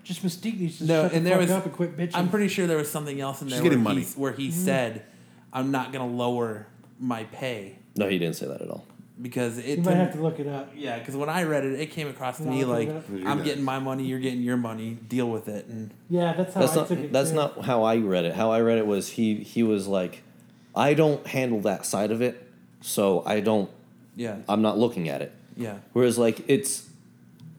Just Mystique needs to
No,
shut
and
the
there
fuck
was.
up and quit bitching. Mm-hmm.
I'm pretty sure there was something else in there where
getting
he,
money.
where he said, "I'm not gonna lower my pay
No, he didn't say that at all.
because it."
you might have to look it up.
yeah, because when I read it, it came across to
No,
me
I'll
like,
look it up.
Yeah, you
"I'm
guys.
getting my money. You're getting your money. Deal with it." And
Yeah, that's how
That's
Oh, I took
not.
it.
That's
too.
not how I read it. How I read it was he. He was like, I don't handle that side of it, so I don't.
yeah,
I'm not looking at it.
yeah,
Whereas like it's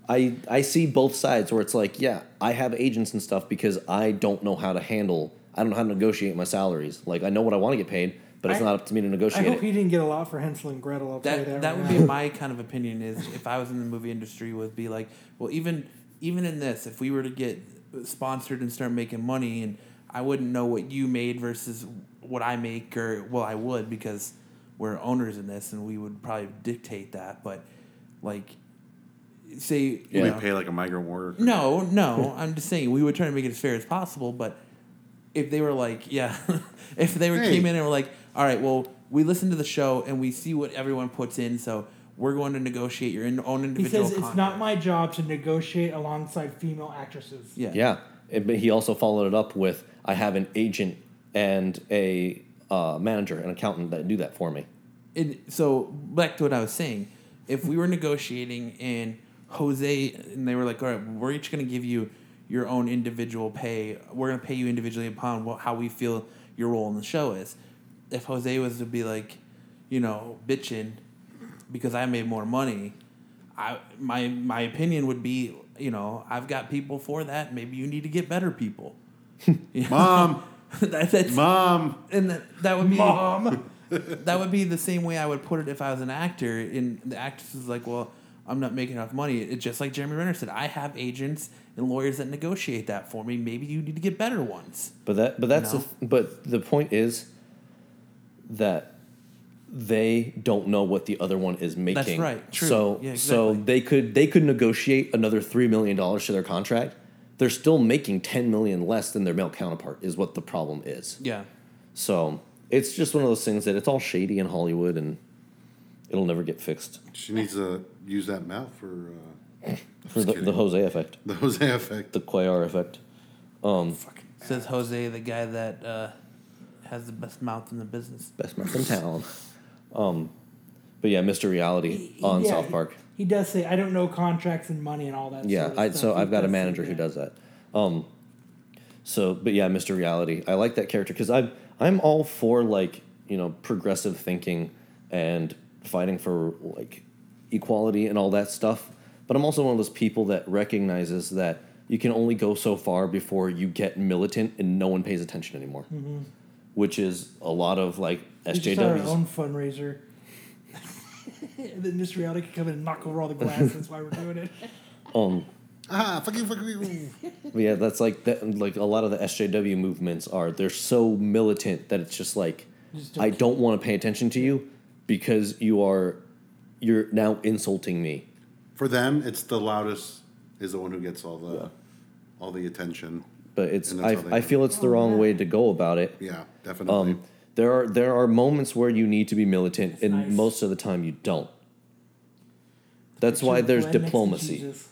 I I see both sides where it's like, yeah, I have agents and stuff because I don't know how to handle I don't know how to negotiate my salaries. Like I know what I want to get paid, but it's
I-
not up to me to
I
negotiate
hope
it.
he didn't get a lot for Hansel and Gretel. I'll tell you
that
that.
that
right
would
now.
be my kind of opinion is if I was in the movie industry would be like well even even in this if we were to get sponsored and start making money and I wouldn't know what you made versus what I make or well I would because we're owners in this and we would probably dictate that but like say you
You'll
know-
be paid like a migrant worker.
no, no. I'm just saying we would try to make it as fair as possible, but if they were like, yeah, if they were
Hey.
came in and were like, all right, well, we listen to the show and we see what everyone puts in, so we're going to negotiate your in- own
He
individual.
says it's not
contract."
my job to negotiate alongside female actresses.
Yeah.
Yeah. And- but he also followed it up with I have an agent and a uh, manager, an accountant that do that for me.
And so back to what I was saying, if we were negotiating and Jose and they were like, all right, we're each going to give you your own individual pay. We're going to pay you individually upon what, how we feel your role in the show is. If Jose was to be like, you know, bitching because I made more money, I my my opinion would be, you know, I've got people for that. Maybe you need to get better people.
Mom,
that, that's
mom.
and that, that would be that would be the same way I would put it if I was an actor. And the actress is like, "Well, I'm not making enough money." It's just like Jeremy Renner said. I have agents and lawyers that negotiate that for me. Maybe you need to get better ones.
But that but that's
No.
the th- but the point is that they don't know what the other one is making.
right, true.
So
Yeah,
so
exactly.
they could they could negotiate another three million dollars to their contract. They're still making ten million less than their male counterpart is what the problem is.
Yeah,
So it's just one of those things that it's all shady in Hollywood and it'll never get fixed.
She needs to use that mouth for uh,
Or the, the Jose effect,
The Jose effect.
the Cuellar effect.
Says Jose, the guy that uh, has the best mouth in the business.
Best mouth in town. Um, but yeah, Mr. Reality on
Yeah,
South
he-
Park.
He, does say, "I don't know contracts and money and all that."
Yeah,
sort of
I,
stuff."
so
He
I've got a
does say
manager who
that.
does that. Um, so, but yeah, Mr. Reality. I like that character because I'm I'm all for like you know progressive thinking and fighting for like equality and all that stuff. But I'm also one of those people that recognizes that you can only go so far before you get militant and no one pays attention anymore, which is a lot of like
We just had our
SJWs.
own fundraiser. and then Mr. Reality could come in and knock over all the glass. That's why we're doing it.
Um,
Ah, fuck you, fuck you.
But yeah, that's like that. Like a lot of the SJW movements are they're so militant that it's just like
Just don't
I don't want to pay attention to you because you are you're now insulting me.
For them, it's the loudest is the one who gets all the all the attention.
But it's
And
I,
that's how they
I feel
Oh,
it's the wrong way to go about it.
Yeah, definitely.
Um, there are there are moments where you need to be militant, and
nice.
most of the time you don't. That's why there's
Glenn next to
diplomacy.
Jesus.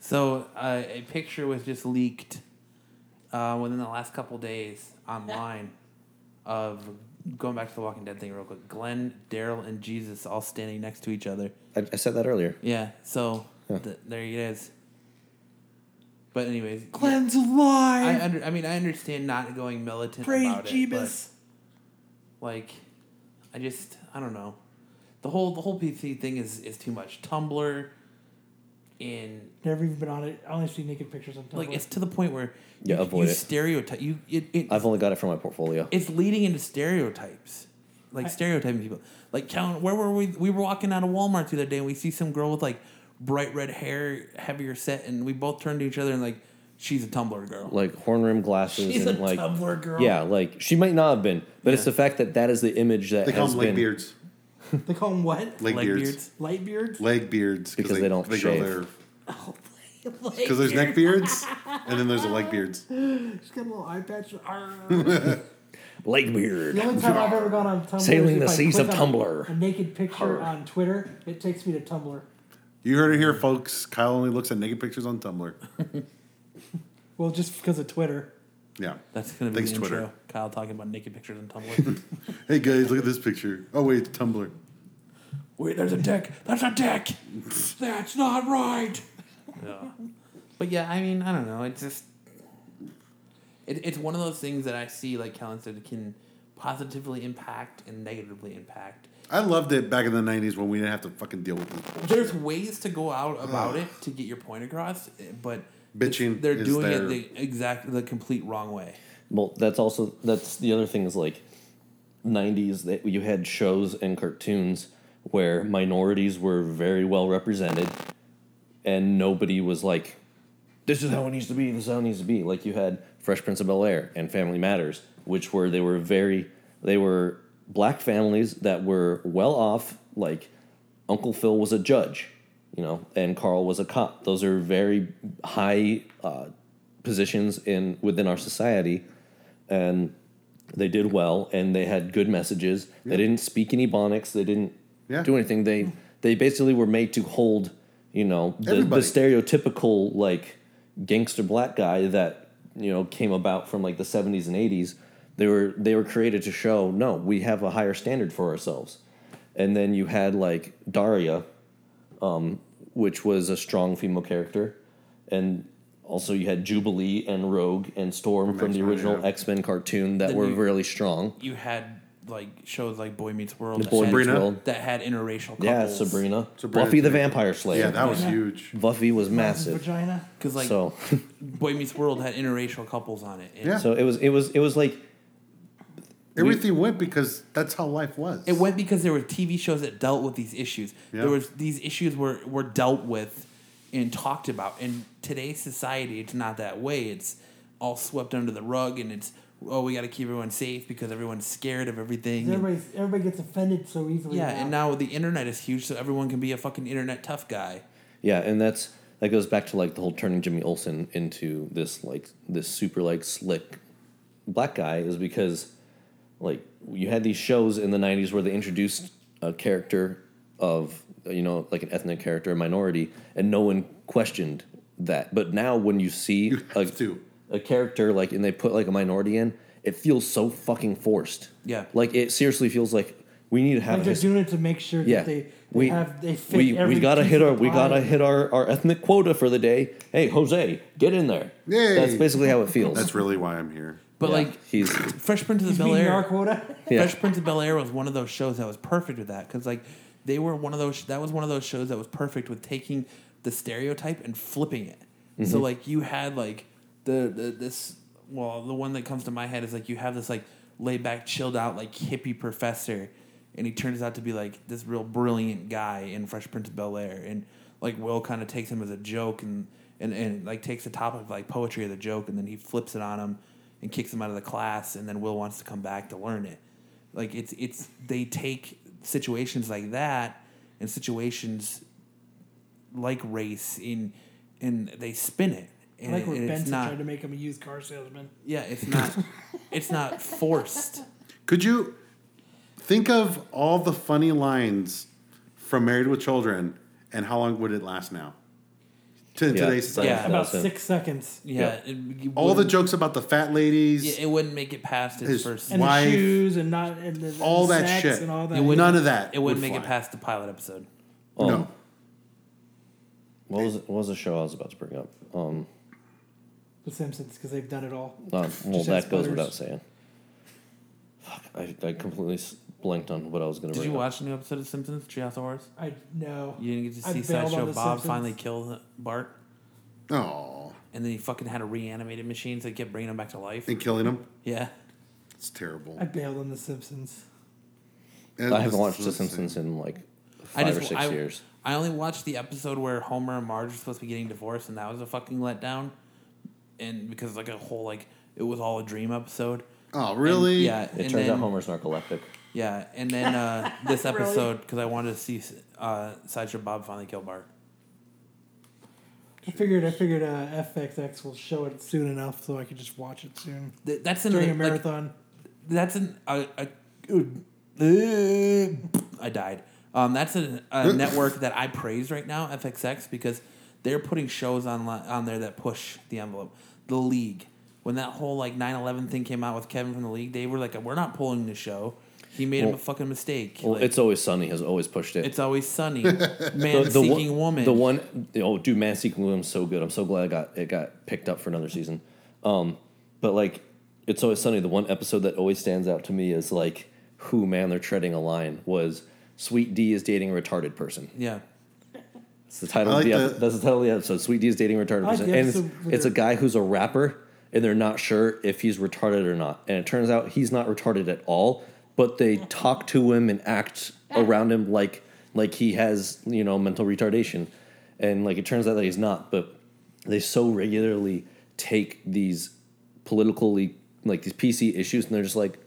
So uh, a picture was just leaked uh, within the last couple days online of going back to the Walking Dead thing real quick. Glenn, Daryl, and Jesus all standing next to each other.
I, I said that earlier.
Yeah. So th- there it is. But anyways,
Glenn's
I
alive.
under, I mean I understand not going militant
Praise
about it, but,
Jeebus.
like I just I don't know. The whole the whole PC thing is is too much. Tumblr in
Never even been on it. I only see naked pictures on Tumblr.
like it's to the point where
Yeah,
you,
avoid
you
it.
stereotype you it, it
I've only got it for my portfolio.
it's leading into stereotypes. Like
I-
stereotyping people. Like Callan, where were we? We were walking out of Walmart the other day and we see some girl with like bright red hair, heavier set, and we both turned to each other and like, she's a Tumblr girl.
Like horn rim glasses
She's a
and like
Tumblr girl.
Yeah, like she might not have been, but it's
Yeah.
the fact that that is the image that
they call
has
them
been
leg beards.
They call him what?
Leg,
Leg
beards.
beards.
Light beards?
Leg beards.
Because they don't shave.
Because there's neck beards, and then there's the leg beards.
She's got a little eye patch. Arr.
leg beard.
The only time I've ever gone on Tumblr
Sailing
is
the
if I
seas
click
of
on
Tumblr.
A naked picture
Arr.
on Twitter, it takes me to Tumblr.
You heard it here, folks. Kyle only looks at naked pictures on Tumblr.
Well, just because of Twitter.
Yeah.
That's gonna be
Thanks,
the
Twitter.
intro. Kyle talking about naked pictures on Tumblr.
Hey guys, look at this picture. Oh wait, it's Tumblr.
Wait, there's a dick. That's a dick. That's not right. Yeah. But yeah, I mean, I don't know. It's just it, it's one of those things that I see, like Kellen said, can positively impact and negatively impact.
I loved it back in the '90s when we didn't have to fucking deal with this bullshit.
There's ways to go out about it to get your point across, but
Bitching
they're
is
doing
their-
it the exact the complete wrong way.
Well, that's also that's the other thing is like '90s that you had shows and cartoons where minorities were very well represented, and nobody was like, "This is how it needs to be. This is how it needs to be." Like you had Fresh Prince of Bel Air and Family Matters, which were they were very they were black families that were well off. Like Uncle Phil was a judge, you know, and Carl was a cop. Those are very high uh, positions in within our society, and they did well and they had good messages. They didn't speak any bonics. They didn't
Yeah.
do anything. They they basically were made to hold, you know, the, the
Everybody.
stereotypical like gangster black guy that you know came about from like the seventies and eighties. They were they were created to show no, we have a higher standard for ourselves. And then you had like Daria, which was a strong female character, and also you had Jubilee and Rogue and Storm from the
X-Men,
original
yeah.
X Men cartoon that
Then
were
you-
really strong.
You had like shows like Boy Meets World,
The Boy
that,
Meets
Sabrina?
World.
had, that had interracial couples.
Yeah, Sabrina.
Sabrina
Buffy the
too.
Vampire Slayer.
yeah, that was
Yeah.
huge.
Buffy was massive.
Vagina.
because like
so
Boy Meets World had interracial couples on it. And
Yeah.
so it was it was it was like
Everything went because that's how life was.
It went because there were TV shows that dealt with these issues.
Yeah.
There was these issues were were dealt with and talked about. In today's society, it's not that way. It's all swept under the rug, and it's oh, we got to keep everyone safe because everyone's scared of everything. And-
Everybody's, everybody gets offended so easily.
yeah, and now the internet is huge, so everyone can be a fucking internet tough guy.
yeah, and that's that goes back to like the whole turning Jimmy Olsen into this like this super like slick black guy is because like you had these shows in the 90s where they introduced a character of you know like an ethnic character, a minority, and no one questioned that. But now when you see a,
have to.
a character like and they put like a minority in, it feels so fucking forced.
Yeah.
like it seriously feels like we need to have
Like
a
they're
his-
doing it to make sure
yeah,
that they, they
we
have they fit
we,
every
we gotta
piece
hit
of
our
the
we
pie.
gotta hit our, our ethnic quota for the day. Hey, Jose, get in there.
Yay.
That's basically how it feels.
That's really why I'm here.
But
Yeah,
like
he's
Fresh Prince of the
He's
Bel
meeting our
Air,
quota.
Yeah.
Fresh Prince of Bel Air was one of those shows that was perfect with that because like they were one of those that was one of those shows that was perfect with taking the stereotype and flipping it. So like you had like the, the this well the one that comes to my head is like you have this like laid back chilled out like hippie professor and he turns out to be like this real brilliant guy in Fresh Prince of Bel Air and like Will kind of takes him as a joke and and and like takes the topic of like poetry as a joke and then he flips it on him and kicks him out of the class and then Will wants to come back to learn it like it's it's they take situations like that and situations like race in and they spin it
I
and,
like
it-
when
and it's
Benson
not
tried to make him a used car salesman.
yeah it's not it's not forced
Could you think of all the funny lines from Married with Children and how long would it last now? To in
Yeah,
today's
that-
society.
Yeah.
About
that's it.
six seconds.
yeah, it- you
All the
wouldn't-
jokes about the fat ladies.
yeah, it wouldn't make it past its,
His-
first
And
Wife,
the shoes and not and the,
all
the sex
that shit.
and all that.
it wouldn't-
None of that
it wouldn't
would
make it
fly.
past the pilot episode
no.
what was what was the show I was about to bring up? Um,
the Simpsons because they've done it all.
uh, well,
ask
that goes
Butters.
without saying. Fuck, I, I completely s- blanked on what I was gonna
did
bring
you
up.
watch the new episode of Simpsons Treehouse of Horrors
I know.
you didn't get to
I
see
bailed on
sideshow
The
Bob
Simpsons.
finally kill Bart
Oh,
and then he fucking had a reanimated machine so they kept bringing him back to life
and killing them.
yeah
It's terrible.
I bailed on the Simpsons.
And
I haven't
this-
watched The
this-
Simpsons in like
I
five
just,
or six
I,
years.
I only watched the episode where Homer and Marge are supposed to be getting divorced, and that was a fucking letdown. And because like a whole like it was all a dream episode.
Oh, really?
And- yeah.
It
and
turns
then,
out Homer's narcoleptic.
Yeah, and then uh, this
Really?
episode because I wanted to see uh, Sideshow Bob finally kill Bart.
I figured I figured uh, FXX will show it soon enough, so I could just watch it soon
Th- that's in
during
the,
a
like,
marathon.
that's an a, a, I died. Um, that's a, a network that I praise right now, FXX, because they're putting shows on on there that push the envelope. The League, when that whole like 9-11 thing came out with Kevin from the League, they were like, "We're not pulling the show. He made him a
Well-
fucking mistake.
Well,
Like,
it's always Sunny has always pushed it.
it's always sunny, man seeking
one,
woman.
The one, oh, dude, Man Seeking Woman's so good. I'm so glad I got it got picked up for another season. Um, but like, it's always sunny. The one episode that always stands out to me is like, who man, they're treading a line. Was Sweet D is dating a retarded person.
yeah,
It's the title.
I
of the
like
ep-
the-
that's the title of the episode. Sweet D is dating a retarded
I like
person,
the
and it's,
episode where
it's a
they're-
guy who's a rapper, and they're not sure if he's retarded or not. And it turns out he's not retarded at all, but they talk to him and act around him like like he has you know mental retardation, and like it turns out that he's not. But they so regularly take these politically like these PC issues, and they're just like,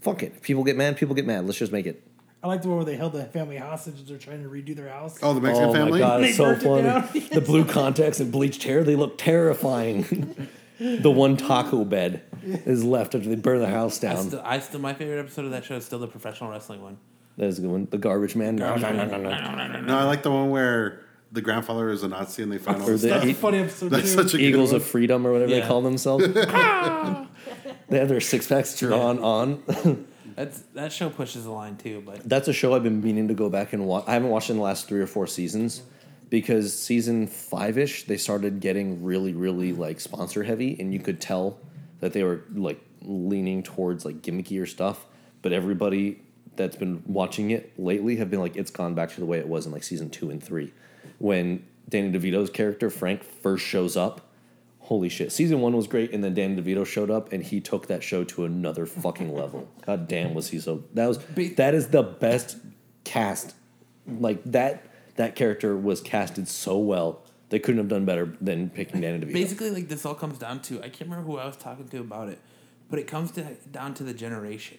"Fuck it, people get mad, people get mad. Let's just make it."
I like the one where they held the family hostage. as They're trying to redo their house.
Oh, the Mexican
oh
family?
my god, it's
They
so
burnt it down.
funny. the blue contacts and bleached hair, they look terrifying. the one taco bed is left after they burn the house
I
down.
still, I still my favorite episode of that show is still the professional wrestling one.
that is a good one. The garbage man. No, no, no, no, no.
No, I like the one where the grandfather is a Nazi and they find all
Or
the
the
stuff.
That's
e-
a funny episode
That's
too.
such a
Eagles
good
of Freedom or whatever they
Yeah.
call themselves. they have their six packs drawn on.
That's that show pushes the line too, but
That's a show I've been meaning to go back and watch. I haven't watched in the last three or four seasons because season five ish they started getting really, really like sponsor heavy, and you could tell that they were like leaning towards like gimmickier stuff. But everybody that's been watching it lately have been like, it's gone back to the way it was in like season two and three, when Danny DeVito's character Frank first shows up. Holy shit! Season one was great, and then Danny DeVito showed up, and he took that show to another fucking level. God damn, was he so? That was
Be-
that is the best cast. Like that that character was casted so well. They couldn't have done better than picking Danny DeVito.
basically like this all comes down to i can't remember who i was talking to about it but it comes to, down to the generation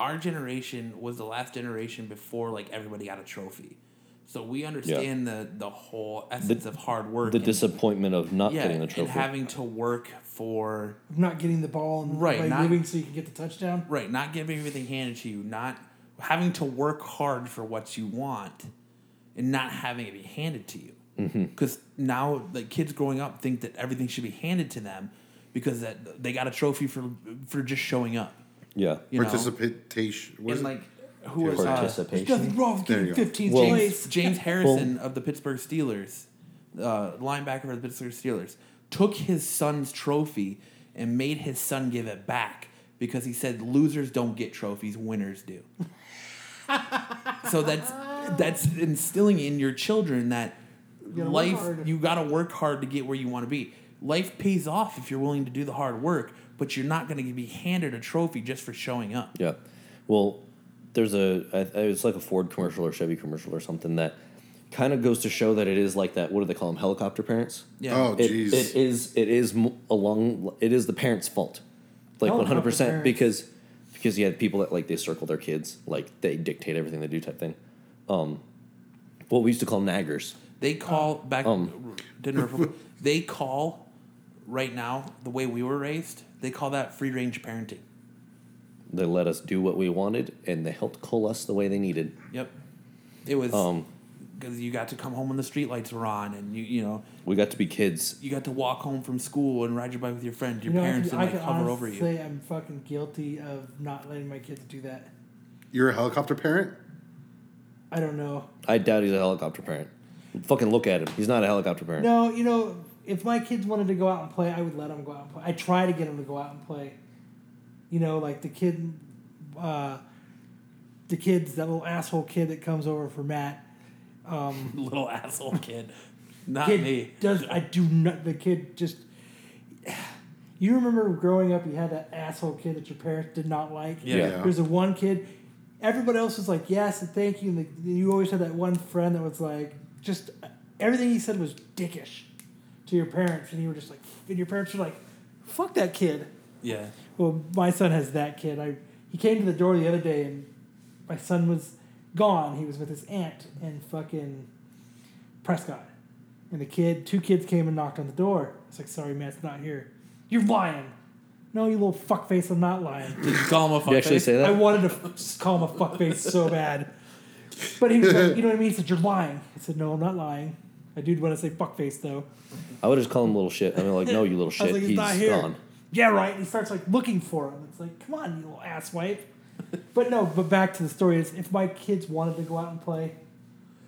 our generation was the last generation before like everybody got a trophy so we understand the the whole essence of hard work
the
and-
disappointment of not
yeah,
getting the
and
trophy.
having to work for
Not getting the ball and
Right,
like,
not-
moving so you can get the touchdown.
right not getting everything handed to you not having to work hard for what you want and not having it be handed to you. Because now, like kids growing up, think that everything should be handed to them because that they got a trophy for for just showing up.
Yeah.
You know?
Participation. what is
and
it?
like who was uh,
Participation.
There's nothing wrong with
There
getting
you
15th
go.
Well-
James,
place.
James Harrison of the Pittsburgh Steelers, uh, linebacker for the Pittsburgh Steelers, took his son's trophy and made his son give it back because he said losers don't get trophies, winners do. so that's that's instilling in your children that
gotta work
life
hard.
you got to work hard to get where you want to be. Life pays off if you're willing to do the hard work, but you're not going to be handed a trophy just for showing up.
Yeah. Well, there's a I- I- it's like a Ford commercial or Chevy commercial or something that kind of goes to show that it is like that. What do they call them? Helicopter parents.
Yeah.
Oh,
It,
jeez.
it is it is m- along it is the parents' fault, like one
Helicopter
hundred percent
Oh, parents.
because because you had people that like they circle their kids like they dictate everything they do type thing. Um, what we used to call naggers.
They call
Um,
back didn't refer- they call right now the way we were raised. They call that free range parenting.
They let us do what we wanted and they helped cull us the way they needed.
Yep, it was
Um,
because you got to come home when the streetlights were on, and you you know
We got to be kids.
you got to walk home from school and ride your bike with your friend. Your
You know,
parents
I
didn't
can
like hover
honestly
over you.
say I'm fucking guilty of not letting my kids do that.
You're a helicopter parent?
I don't know.
I doubt he's a helicopter parent. Fucking look at him. He's not a helicopter parent.
No, you know, if my kids wanted to go out and play, I would let them go out and play. I try to get them to go out and play. You know, like the kid, uh, the kids, that little asshole kid that comes over for Matt.
Little asshole kid, not
Kid
me.
does I do not. The kid just. You remember growing up, you had that asshole kid that your parents did not like.
Yeah.
Yeah.
There's a one kid. Everybody else was like, yes and thank you. And the, you always had that one friend that was like, just everything he said was dickish to your parents. And you were just like, and your parents were like, fuck that kid.
Yeah,
Well, my son has that kid. I He came to the door the other day and my son was gone. He was with his aunt in fucking Prescott. And the kid, two kids came and knocked on the door. It's like, sorry, Matt's not here. You're lying. No, you little fuckface, I'm not lying.
did you call him a fuckface?
You actually say that?
I wanted to f- just call him a fuckface so bad. But he was like, you know what I mean? He said, you're lying. I said, no, I'm not lying. I do want to say fuckface, though.
I would just call him little shit. I mean, like, no, you
I
little
was
shit.
like, he's,
he's
not here.
gone.
Yeah, right. And he starts, like, looking for him. It's like, come on, you little asswipe. but no, but back to the story is if my kids wanted to go out and play,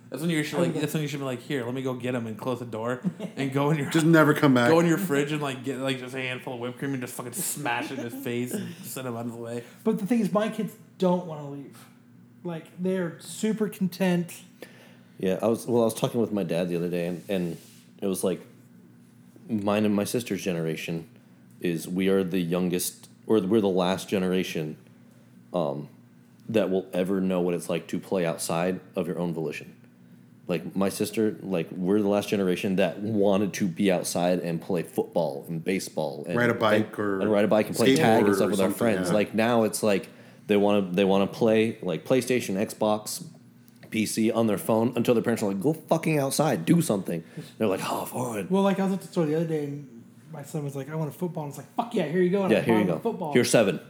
That's when you should like. That's when you should be like, here, let me go get him and close the door and go in your
Just never come back.
go in your fridge and like get like just a handful of whipped cream and just fucking smash it in his face and send him out of the way.
but the thing is, my kids don't want to leave. Like, they're super content.
Yeah, I was. Well, I was talking with my dad the other day, and, and it was like, mine and my sister's generation is we are the youngest, or we're the last generation, um, that will ever know what it's like to play outside of your own volition. Like my sister, like we're the last generation that wanted to be outside and play football and baseball, and
Ride a bike
and-
or
and ride a bike and play tag
skateboard
and
or
stuff with our
something,
friends.
yeah.
Like now, it's like they want to they want to play like PlayStation, Xbox, PC on their phone until their parents are like, "Go fucking outside, do something." They're like, "Oh, fine."
Well, like, I was at the store the other day, and my son was like, I want a football. And I was like, fuck yeah, here you go. And
yeah,
I
here
bought
you
him a
go.
Football.
You're seven.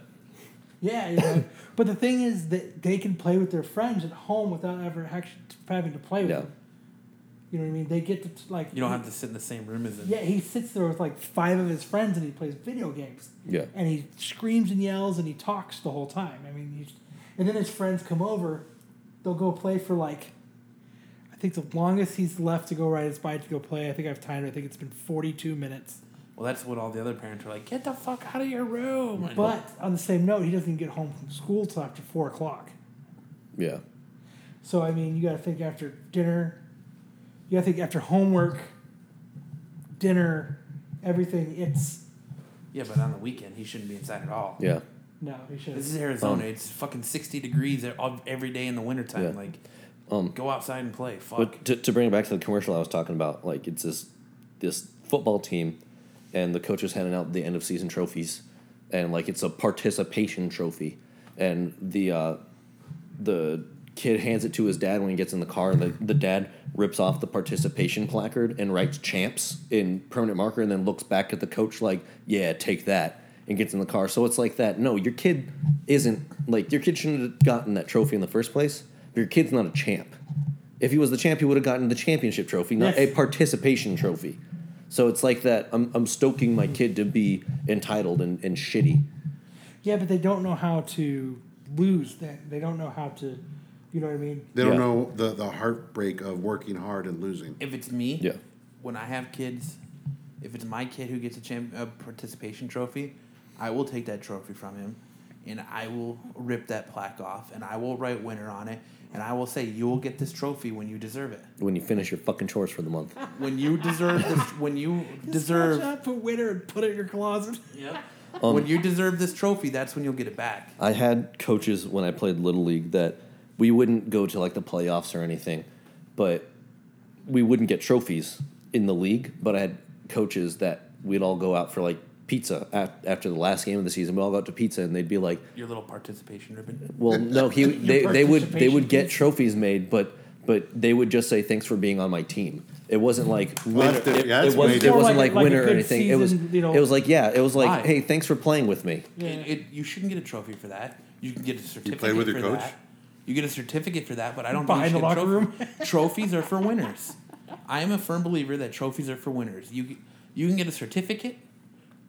Yeah, you know. but the thing is that they can play with their friends at home without ever actually having to play with
Yeah.
them. You know what I mean? They get to t- like.
You don't have to sit in the same room as him.
Yeah, he sits there with like five of his friends and he plays video games.
Yeah.
And he screams and yells and he talks the whole time. I mean, he's, and then his friends come over. They'll go play for like. I think the longest he's left to go ride his bike to go play. I think I've timed. it. I think it's been forty-two minutes.
Well, that's what all the other parents are like. Get the fuck out of your room. And-
But on the same note, he doesn't get home from school till after four o'clock.
Yeah,
So I mean, you got to think after dinner. You got to think after homework, dinner, everything. It's
yeah, but on the weekend he shouldn't be inside at all.
yeah,
no, he should.
This is Arizona.
Um,
it's fucking sixty degrees e- of- every day in the wintertime.
Yeah. Um,
Like, go outside and play. Fuck.
But to, to bring it back to the commercial I was talking about, like it's this this football team, and the coach is handing out the end of season trophies, and like it's a participation trophy, and the uh, the kid hands it to his dad when he gets in the car, and the, the dad rips off the participation placard and writes champs in permanent marker, and then looks back at the coach like, yeah, take that. and gets in the car. So it's like that. No, your kid isn't like your kid shouldn't have gotten that trophy in the first place. Your kid's not a champ. If he was the champ, he would have gotten the championship trophy, not
Yes.
a participation trophy. So it's like that. I'm, I'm stoking my kid to be entitled and, and shitty.
Yeah, but they don't know how to lose. That they don't know how to, you know what I mean?
They don't
Yeah.
know the, the heartbreak of working hard and losing.
If it's me,
Yeah.
when I have kids, if it's my kid who gets a, champ- a participation trophy, I will take that trophy from him and I will rip that plaque off and I will write winner on it and I will say, You will get this trophy when you deserve it.
When you finish your fucking chores for the month,
When you deserve this, when you
Just
deserve.
Watch out for winter and put it in your closet.
Yep. when you deserve this trophy, that's when you'll get it back.
I had coaches when I played little league that we wouldn't go to like the playoffs or anything, but we wouldn't get trophies in the league. But I had coaches that we'd all go out for like pizza at, after the last game of the season. We all go out to pizza and they'd be like,
Your little participation ribbon.
Well, no, he they,
Your
they would they
participation
would get
piece.
trophies made, but but they would just say thanks for being on my team. It wasn't like winner.
that's di-
It,
yeah,
it
that's way
wasn't, it
different.
wasn't
Like-
like,
like a
winner or
good
anything. it was
season, you know.
it was like yeah, it was like
Why?
hey, thanks for playing with me.
It, it, you shouldn't get a trophy for that. You can get a certificate.
played with your
for
coach?
That. You get a certificate for that, but I don't
Behind
think you
the
should get
locker
trophy. trophies are for winners. I am a firm believer that trophies are for winners. You you can get a certificate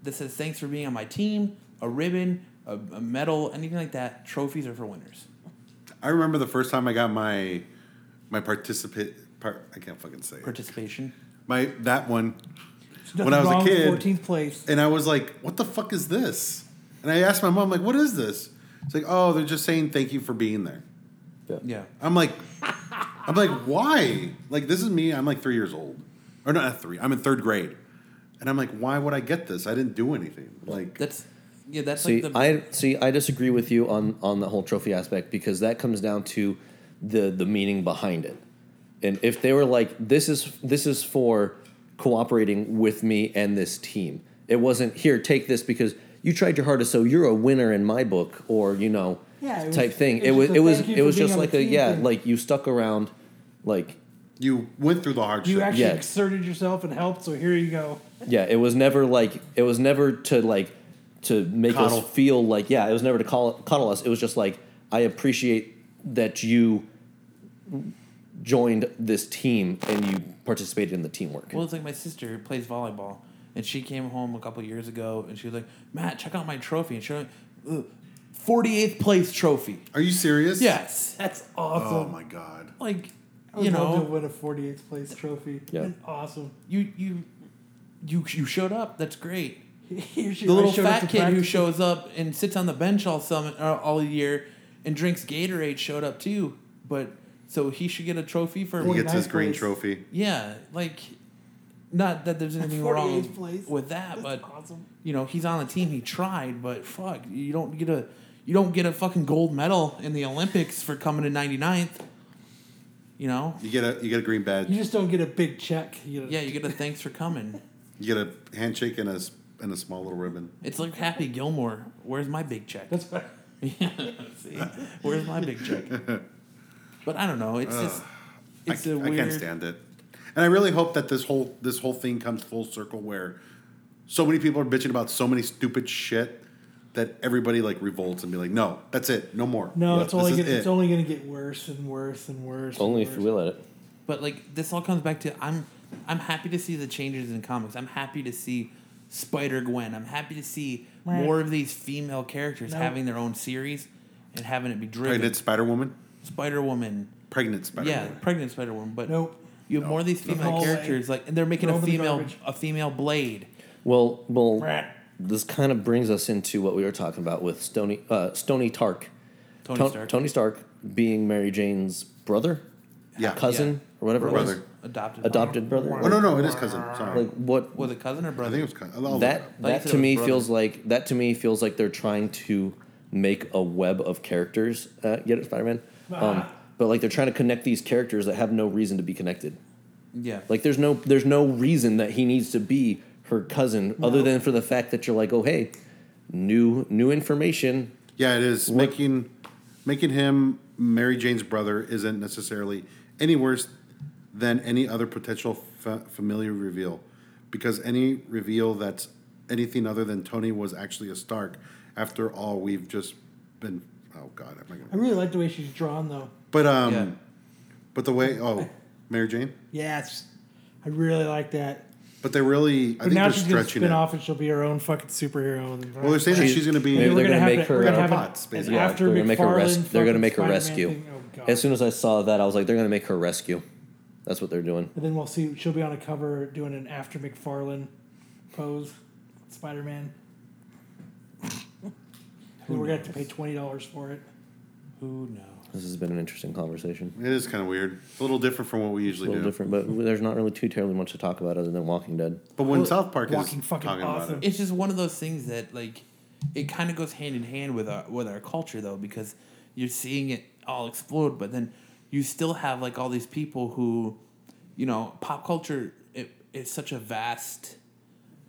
that says thanks for being on my team, a ribbon, a, a medal, anything like that. Trophies are for winners.
I remember the first time I got my my participate part. I can't fucking say it.
Participation.
my that one
Nothing
when I was
wrong
a
with
kid,
14th place.
and I was like, "What the fuck is this?" And I asked my mom, "Like, what is this?" It's like, "Oh, they're just saying thank you for being there."
Yeah.
I'm like, I'm like, why? Like, this is me. I'm like three years old, or not at three. I'm in third grade, and I'm like, why would I get this? I didn't do anything. Like,
That's yeah. That's
See,
like the
I see. I disagree with you on on the whole trophy aspect because that comes down to the the meaning behind it. And if they were like, "This is this is for cooperating with me and this team," it wasn't here. Take this because you tried your hardest, so you're a winner in my book, or you know,
Yeah, it was-
type thing.
it
It
was
was
just
it
a
was
thank you
it
for
was
being
just
on
like
the
a
team
yeah,
thing.
like you stuck around, like
you went through the hardship.
You actually
yeah.
exerted yourself and helped, so here you go.
Yeah, it was never like it was never to like to make
Coddle.
us feel like yeah, it was never to call, coddle us. It was just like I appreciate that you joined this team and you participated in the teamwork.
Well, it's like my sister who plays volleyball, and she came home a couple years ago, and she was like, "Matt, check out my trophy." And she went, "Ugh, "48th place trophy."
Are you serious?
Yes,
That's
Oh
awesome.
my god.
like
I would
you
love to
know,
win a 48th place trophy.
Yeah.
That's awesome.
you you you you showed up. That's great.
Here's
The little fat kid who shows up and sits on the bench all summer uh, all year and drinks Gatorade showed up too, but so he should get a trophy for
He gets his
nice
green
place.
trophy.
yeah, like. Not that there's anything wrong
48th place.
with that,
That's
but
awesome.
you know he's on the team he tried but fuck you don't get a you don't get a fucking gold medal in the olympics for coming to 99th you know
You get a you get a green badge.
You
You
just don't get a big check. You know?
yeah you get a thanks for coming
get a handshake and a s- and a small little ribbon.
it's like happy gilmore where's my big check
That's what,
See? where's my big check but i don't know it's just it's
I,
a
I
weird
can't stand it. And I really hope that this whole this whole thing comes full circle where so many people are bitching about so many stupid shit that everybody like revolts and be like, no, that's it, no more.
no, it's only
This
gonna,
is
it's
it.
only going to get worse and worse and worse. and
Only if
worse.
you will at it.
But like this all comes back to I'm I'm happy to see the changes in comics. I'm happy to see Spider Gwen. I'm happy to see
Right.
more of these female characters
No.
having their own series and having it be driven.
pregnant Spider Woman,
Spider Woman,
pregnant Spider
yeah,
Woman.
pregnant Spider Woman. But
Nope.
you have more of these female
No way.
characters. Like, and they're making
Throw
a
them in the
female
garbage.
a female Blade.
Well, well,
Rat.
this kind of brings us into what we were talking about with Stony uh, Stony Tark,
Tony
Ton-
Stark.
Tony Stark being Mary Jane's brother,
Yeah.
cousin, or whatever it was.
Brother.
adopted.
adopted brother.
Oh no, no, it is cousin. Sorry,
Like what?
Was it cousin or
I
brother?
think it was cousin. I'll-
that
Like Oh, you
that
said,
to
it was
me
brother.
feels like that to me feels like they're trying to make a web of characters. Uh, get it, Spider Man. Um, but like they're trying to connect these characters that have no reason to be connected.
yeah.
Like there's no there's no reason that he needs to be her cousin other than for the fact that you're like, oh hey, new new information.
yeah, it is making making him Mary Jane's brother isn't necessarily any worse than any other potential fa- familiar reveal because any reveal that's anything other than Tony was actually a Stark. After all, we've just been. Oh God, I'm not
I
gonna.
really like the way she's drawn though.
But um,
Yeah.
but the way oh, Mary Jane.
Yes, I really like that.
But they're really. I
But
think
now
they're
she's gonna
stretching
spin
it.
off and she'll be her own fucking superhero. And
Well, they're saying that
She's-
she's going to be.
Maybe
we're
they're
gonna,
gonna
have
make
to- we're
her,
gonna
uh,
have an-
bots,
an
basically.
Yeah,
after
they're gonna make a res-
McFarlane
They're gonna
fucking
make a
Spider-Man
rescue.
thing. Oh, God.
As soon as I saw that, I was like, they're gonna make her rescue. That's what they're doing.
And then we'll see. She'll be on a cover doing an after McFarlane pose, Spider Man. And we're gonna have to pay twenty dollars for it.
Who knows?
This has been an interesting conversation.
It is kind of weird. It's a little different from what we
A
usually
little
do.
different, but there's not really too terribly much to talk about other than Walking Dead.
But when South Park is
Walking
talking
fucking awesome.
about it,
It's just one of those things that like it kind of goes hand in hand with our with our culture though because you're seeing it all explode, but then you still have like all these people who, you know, pop culture it, it's such a vast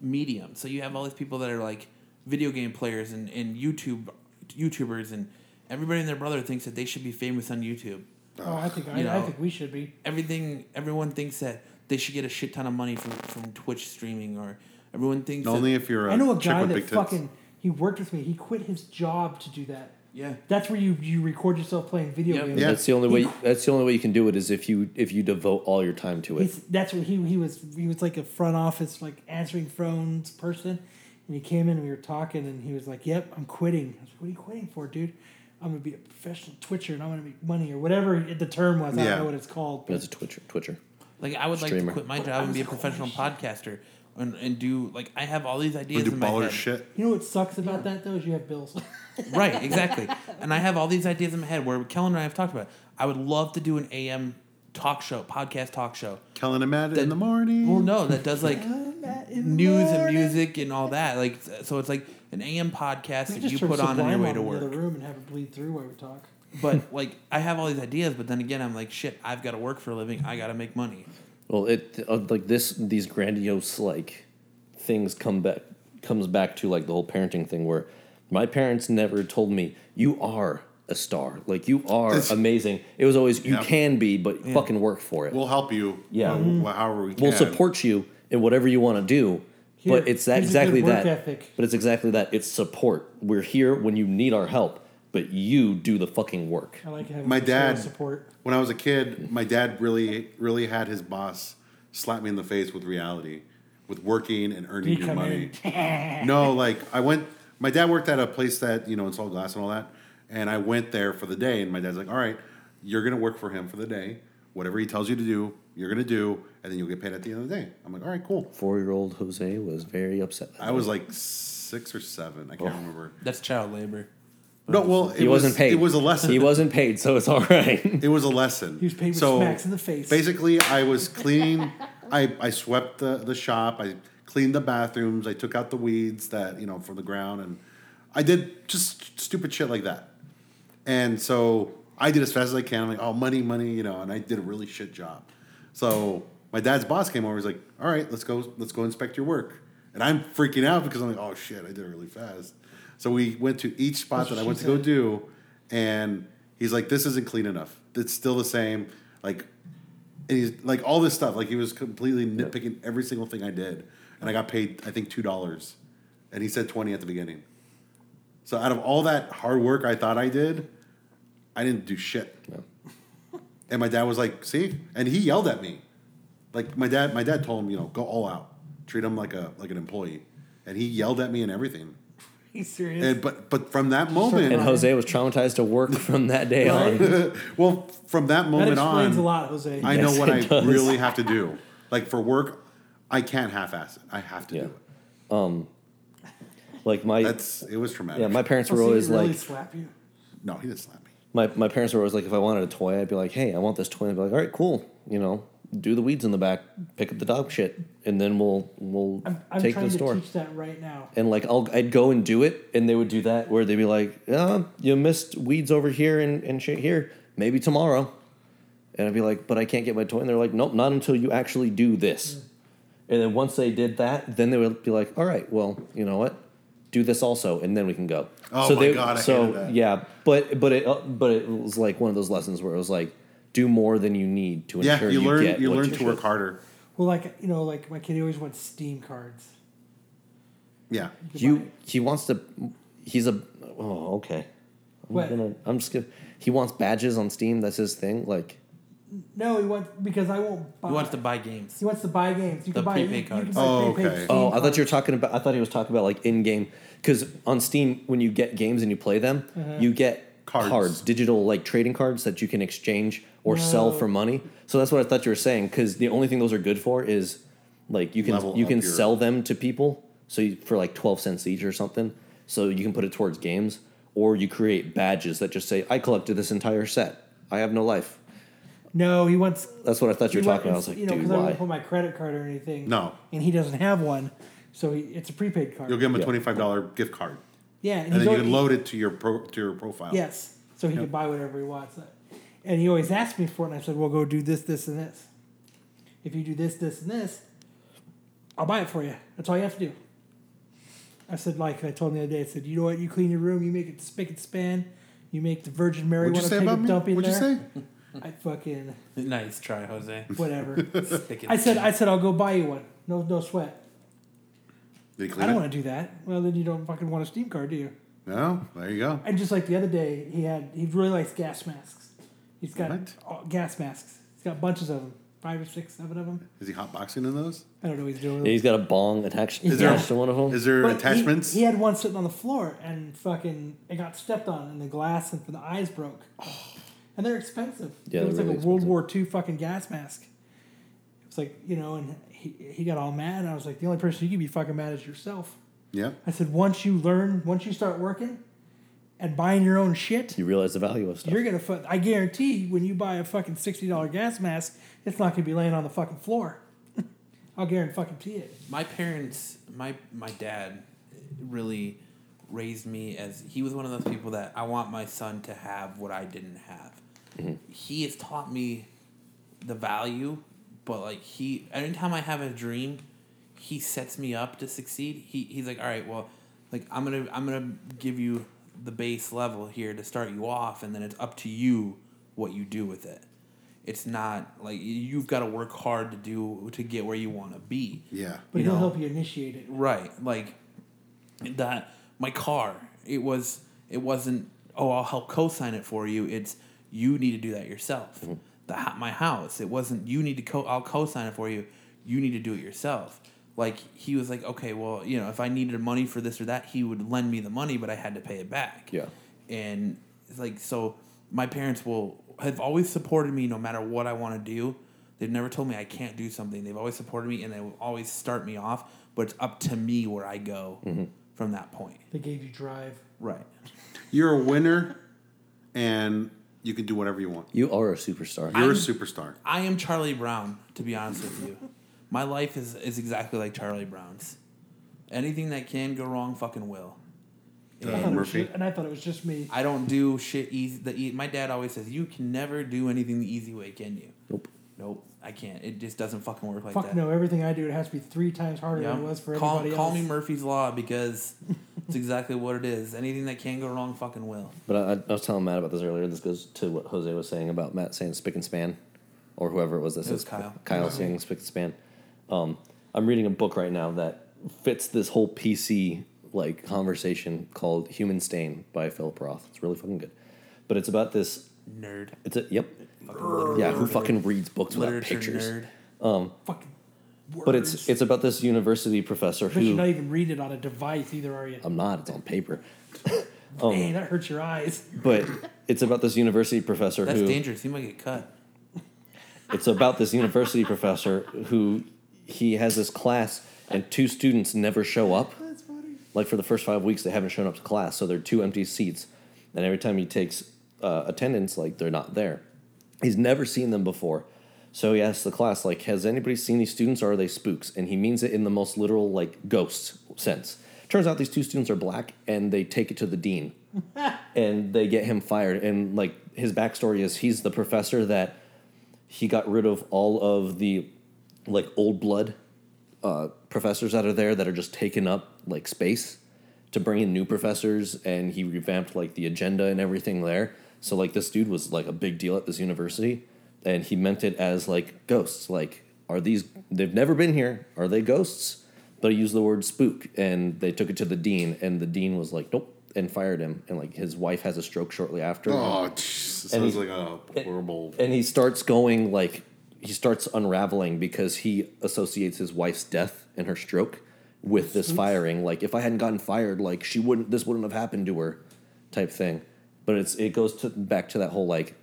medium. So you have all these people that are like video game players and, and YouTube YouTubers and everybody and their brother thinks that they should be famous on YouTube.
Oh, I think I,
You
I
know.
think we should be.
Everything everyone thinks that they should get a shit ton of money from, from Twitch streaming or everyone thinks that-
only if you're a
I know a
chick
guy
with
that
big tits.
fucking he worked with me. He quit his job to do that.
Yeah.
That's where you you record yourself playing video
Yep.
games.
Yeah.
That's the only way. That's the only way you can do it is if you if you devote all your time to it.
He's, that's what he he was he was like a front office like answering phones person, and he came in and we were talking and he was like, "Yep, I'm quitting." I was like, "What are you quitting for, dude? I'm gonna be a professional twitcher and I'm gonna make money or whatever the term was. I
Yeah.
don't know what it's called." But
That's a Twitcher. Twitcher.
Like I would like
Streamer.
to quit my job and be a professional podcaster and, and do like I have all these
we
ideas
do
in my
baller
head.
shit.
you know what sucks about that though is you have bills.
Right, exactly. and I have all these ideas in my head where Kellen and I have talked about. it. I would love to do an AM talk show, podcast talk show.
Kellen and Matt in
That-
the morning.
Well, no, that does like news and
morning.
music and all that. Like so, it's like an AM podcast
We
that
just
you
turn
put on on your
Sublime
way to
in the
work.
other room and have it bleed through while we talk.
But like I have all these ideas, but then again, I'm like shit. I've got to work for a living. I got to make money.
Well, it uh, like this these grandiose like things come back comes back to like the whole parenting thing where my parents never told me you are a star like you are amazing. It was always you
Yeah.
can be, but fucking work for it. We'll,
We'll help you.
Yeah.
uh, wh- however we can.
support you in whatever you want to do. but
Here,
it's that
here's a good
exactly
work
that.
ethic.
But it's exactly that. It's support. We're here when you need our help, but you do the fucking work.
I like having
My
some sort of
dad-
support.
When I was a kid, my dad really, really had his boss slap me in the face with reality, with working and earning
He
your
come
money.
in.
no, like I went. My dad worked at a place that you know installed glass and all that, and I went there for the day. And my dad's like, "All right, you're gonna work for him for the day. Whatever he tells you to do, you're gonna do, and then you'll get paid at the end of the day." I'm like, "All right, cool."
Four year old Jose was very upset.
I was like six or seven. I can't remember.
That's child labor.
No, well, it
he
was,
wasn't paid.
It was a lesson.
He wasn't paid, so it's all right.
It was a lesson.
He was paid with smacks in the face.
Basically, I was cleaning. I, I swept the, the shop. I cleaned the bathrooms. I took out the weeds that you know from the ground, and I did just stupid shit like that. And so I did as fast as I can. I'm like, oh, money, money, you know. And I did a really shit job. So my dad's boss came over. He's like, all right, let's go, let's go inspect your work. And I'm freaking out because I'm like, oh shit, I did it really fast. So we went to each spot that I went to go do, and he's like, this isn't clean enough. It's still the same. Like, and he's like all this stuff. Like he was completely nitpicking every single thing I did, and I got paid I think two dollars, and he said twenty at the beginning. So out of all that hard work I thought I did, I didn't do shit. And my dad was like, "See," and he yelled at me. Like my dad, my dad told him, you know, go all out, treat him like a like an employee, and he yelled at me and everything.
He's serious.
And but but from that moment,
And Jose was traumatized to work from that day on.
well, from that
that
moment on,
explains a lot, Jose.
I
Yes,
know what
it
I
does.
really have to do. Like for work, I can't half-ass it. I have to
Yeah.
do it.
Like my
That's it was traumatic.
yeah, my parents
Oh,
were
so he
always
really
like
slap you.
no, he didn't slap me.
my, my parents were always like if I wanted a toy, I'd be like, hey, I want this toy. And I'd be like, all right, cool. You know, do the weeds in the back, pick up the dog shit, and then we'll we'll
I'm, I'm
take
trying
the
to
store.
teach that right now.
And like I'll I'd go and do it, and they would do that where they'd be like, yeah, you missed weeds over here and, and shit here. Maybe tomorrow. And I'd be like, but I can't get my toy. And they're like, nope, not until you actually do
Mm.
this. And then once they did that, then they would be like, all right, well, you know what? Do this also, and then we can go.
Oh my God, I
so
hated that.
yeah, but but it uh, but it was like one of those lessons where it was like, do more than you need to
Yeah,
ensure
you, learn
get
you
what
learn to work
should.
harder.
Well, like you know, like my kid he always wants Steam cards.
Yeah.
You he wants to. He's a. Oh, okay. I'm
What?
gonna. I'm just gonna. He wants badges on Steam. That's his thing. Like
No, he wants because I won't. Buy,
He wants to buy games.
He wants to buy games. You
The
can buy
prepaid
you can
cards.
buy
Oh,
prepaid
okay.
Steam
Oh, I
cards.
thought you were talking about. I thought he was talking about like in-game because on Steam, when you get games and you play them,
Mm-hmm.
you get
Cards.
cards. digital like trading cards that you can exchange or sell
No.
for money. So that's what I thought you were saying because the only thing those are good for is like you can
Level
you
up
can
your-
sell them to people so you, for like twelve cents each or something. So you can put it towards games or you create badges that just say I collected this entire set. I have no life.
No, he wants.
That's what I thought you were
he
talking about. I was
wants-
like,
you know,
dude,
I won't
why?
put my credit card or anything.
No.
and he doesn't have one, so he, it's a prepaid card.
You'll give him a
Yeah.
twenty-five dollar gift card,
yeah,
and then you can load it to your pro, to your profile.
Yes, so he can buy whatever he wants. And he always asked me for it, and I said, "Well, go do this, this, and this. If you do this, this, and this, I'll buy it for you. That's all you have to do." I said, like I told him the other day, I said, "You know what? You clean your room, you make it spick and span, you make the Virgin Mary
What'd you
want
say
to take a
about me?
dump in
What'd you
there."
say?
I fucking
Nice try, Jose.
whatever.
Stick it.
I said, I said, I'll go buy you one. No, no sweat.
Did he
I
clean
don't
it?
want to do that. Well, then you don't fucking want a Steam card, do you?
No. There you go.
And just like the other day, he had he really likes gas masks. He's got
What?
all- gas masks. He's got bunches of them, five or six, seven of them.
Is he hotboxing in those?
I don't know what he's doing. with
Yeah,
them.
he's got a bong attached,
Is there-
attached to one of them.
Is there
But he-
attachments?
He, had one sitting on the floor, and fucking it got stepped on, and the glass and the eyes broke. And they're expensive.
Yeah,
it was
they're
like
really
a World War II fucking gas mask. It was like you know, and he he got all mad. And I was like, the only person you can be fucking mad is yourself.
Yeah.
I said, once you learn, once you start working and buying your own shit,
you realize the value of stuff.
you're gonna. Fu- I guarantee, when you buy a fucking sixty dollar gas mask, it's not gonna be laying on the fucking floor. I'll guarantee fucking tea it.
my parents my my dad really raised me as he was one of those people that i want my son to have what i didn't have he has taught me the value but like he anytime i have a dream he sets me up to succeed he, he's like all right well like i'm gonna i'm gonna give you the base level here to start you off and then it's up to you what you do with it it's not like you- you've got to work hard to do to get where you want to be
Yeah.
But
You
he'll
know.
help you initiate it.
Right. Like that my car, it was it wasn't oh, I'll help co-sign it for you. It's you need to do that yourself. The ho my house, it wasn't you need to co I'll co-sign it for you. You need to do it yourself. Like he was like, "Okay, well, you know, if I needed money for this or that, he would lend me the money, but I had to pay it back."
Yeah.
And it's like so my parents will have always supported me no matter what I want to do. They've never told me I can't do something. They've always supported me and they will always start me off, but it's up to me where I go from that point.
They gave you drive.
Right.
You're a winner, and you can do whatever you want.
You are a superstar.
You're a superstar. uh,
I am Charlie Brown, to be honest with you. My life is, is exactly like Charlie Brown's. Anything that can go wrong fucking will.
I thought it was
Murphy.
ju- and I thought it was just me.
I don't do shit easy. The e- my dad always says, "You can never do anything the easy way, can you?"
Nope.
Nope. I can't. It just doesn't fucking work like
Fuck
that.
no! Everything I do, it has to be three times harder
Yeah.
than it was for
call,
everybody
call
else.
me Murphy's Law because it's exactly what it is. Anything that can go wrong fucking will.
But I, I was telling Matt about this earlier. This goes to what Jose was saying about Matt saying spick and span, or whoever it was that says
was Kyle.
Kyle saying spick and span. Um, I'm reading a book right now that fits this whole PC like conversation called Human Stain by Philip Roth. It's really fucking good. But it's about this.
Nerd.
It's a yep.
Fucking literature
Yeah, who
nerd.
fucking reads books without
literature
pictures?
nerd.
Fucking. Words.
But it's it's about this university professor
But you're not
who
even read it on a device either, are you?
I'm not. It's on paper.
Dang, that hurts your eyes.
But it's about this university professor
That's
who
dangerous. He might get cut.
It's about this university professor who he has this class and two students never show up.
That's funny.
Like for the first five weeks, they haven't shown up to class, so there are two empty seats. And every time he takes uh, attendance, like they're not there. He's never seen them before, so he asks the class, like, "Has anybody seen these students, or are they spooks?" And he means it in the most literal, like, ghost sense. Turns out these two students are black, and they take it to the dean and they get him fired. And like his backstory is he's the professor that he got rid of all of the like old blood uh, professors that are there that are just taking up like space to bring in new professors, and he revamped like the agenda and everything there. So like this dude was like a big deal at this university, and he meant it as like ghosts. Like, are these? They've never been here. Are they ghosts? They used the word spook, and they took it to the dean, and the dean was like, "Nope," and fired him. And like his wife has a stroke shortly after.
Oh, Jesus.
And
Sounds
he-
like a horrible.
and he starts going like he starts unraveling because he associates his wife's death and her stroke with this firing like if i hadn't gotten fired like she wouldn't this wouldn't have happened to her type thing but it's it goes to back to that whole like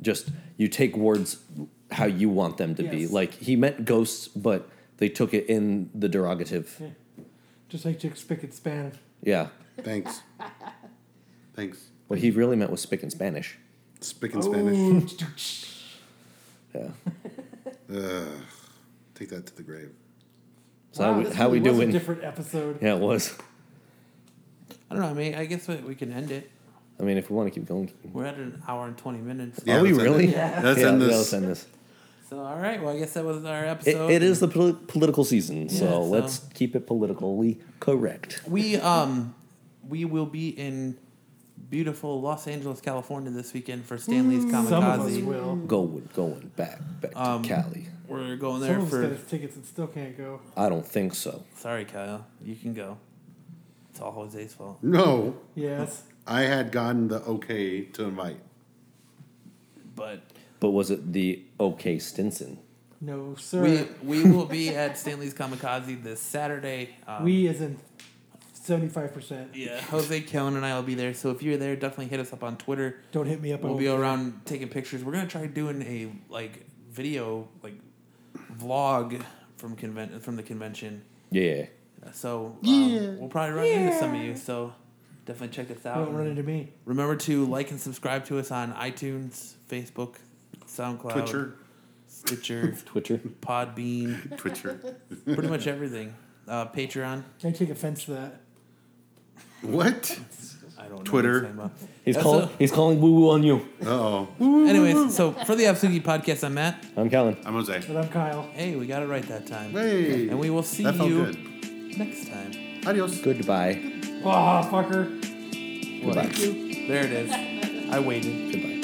just you take words how you want them to be
Yes.
like he meant ghosts but they took it in the derogative
Just like Chick Spick in Spanish.
yeah
Thanks. Thanks.
what he really meant was spick in spanish
Speak in Spanish.
yeah
Ugh. Take that to the grave.
so how
Wow,
we,
this
how we
really was
doing
A different episode.
yeah it was
I don't know. I mean, I guess we, we can end it.
i mean if we want to keep going
We're at an hour and twenty minutes.
Are we
let's end
really?
it. Let's end
yeah,
this.
let's end this
So all right. Well, I guess that was our
It,
episode.
it is the poli- political season, so,
Yeah, so-
let's keep it politically correct.
We um, we will be in beautiful Los Angeles, California this weekend for Stanley's Kamikaze.
Mm. Some of us will.
Going, going back, back to
Um,
Cali.
We're going
Some
there
of us got
for.
his tickets and still can't go.
I don't think so.
Sorry, Kyle. You can go. It's all Jose's fault.
No,
Yes.
I had gotten the okay to invite.
But
But was it the OK Stinson?
No, sir.
we
We,
we will be at Stanley's Kamikaze this Saturday. Um,
as in 75%.
yeah, Jose Kellen and I will be there. So if you're there, definitely hit us up on Twitter.
Don't hit me up. I
We'll
won't
be around taking pictures. We're gonna try doing a like video like vlog from convent from the convention.
Yeah.
So um, we'll probably run into some of you. So definitely check us out.
Don't run into me.
Remember to like and subscribe to us on iTunes, Facebook, SoundCloud,
Twitcher.
Stitcher,
Twitter.
Podbean,
Twitcher.
pretty much everything. Uh, Patreon.
I take offense to that.
what?
I don't know. what
Twitter.
I'm talking about.
He's
That's
calling.
a-
He's calling woo woo on you.
Oh,
Anyways, so for the Absugi podcast, I'm Matt.
I'm Callan.
I'm Jose.
But I'm Kyle.
Hey, we got it right that time.
Hey.
And we will see
that felt
you
good.
next time.
Adios.
Goodbye.
Ah, fucker.
What?
Goodbye.
There it is. I waited.
Goodbye.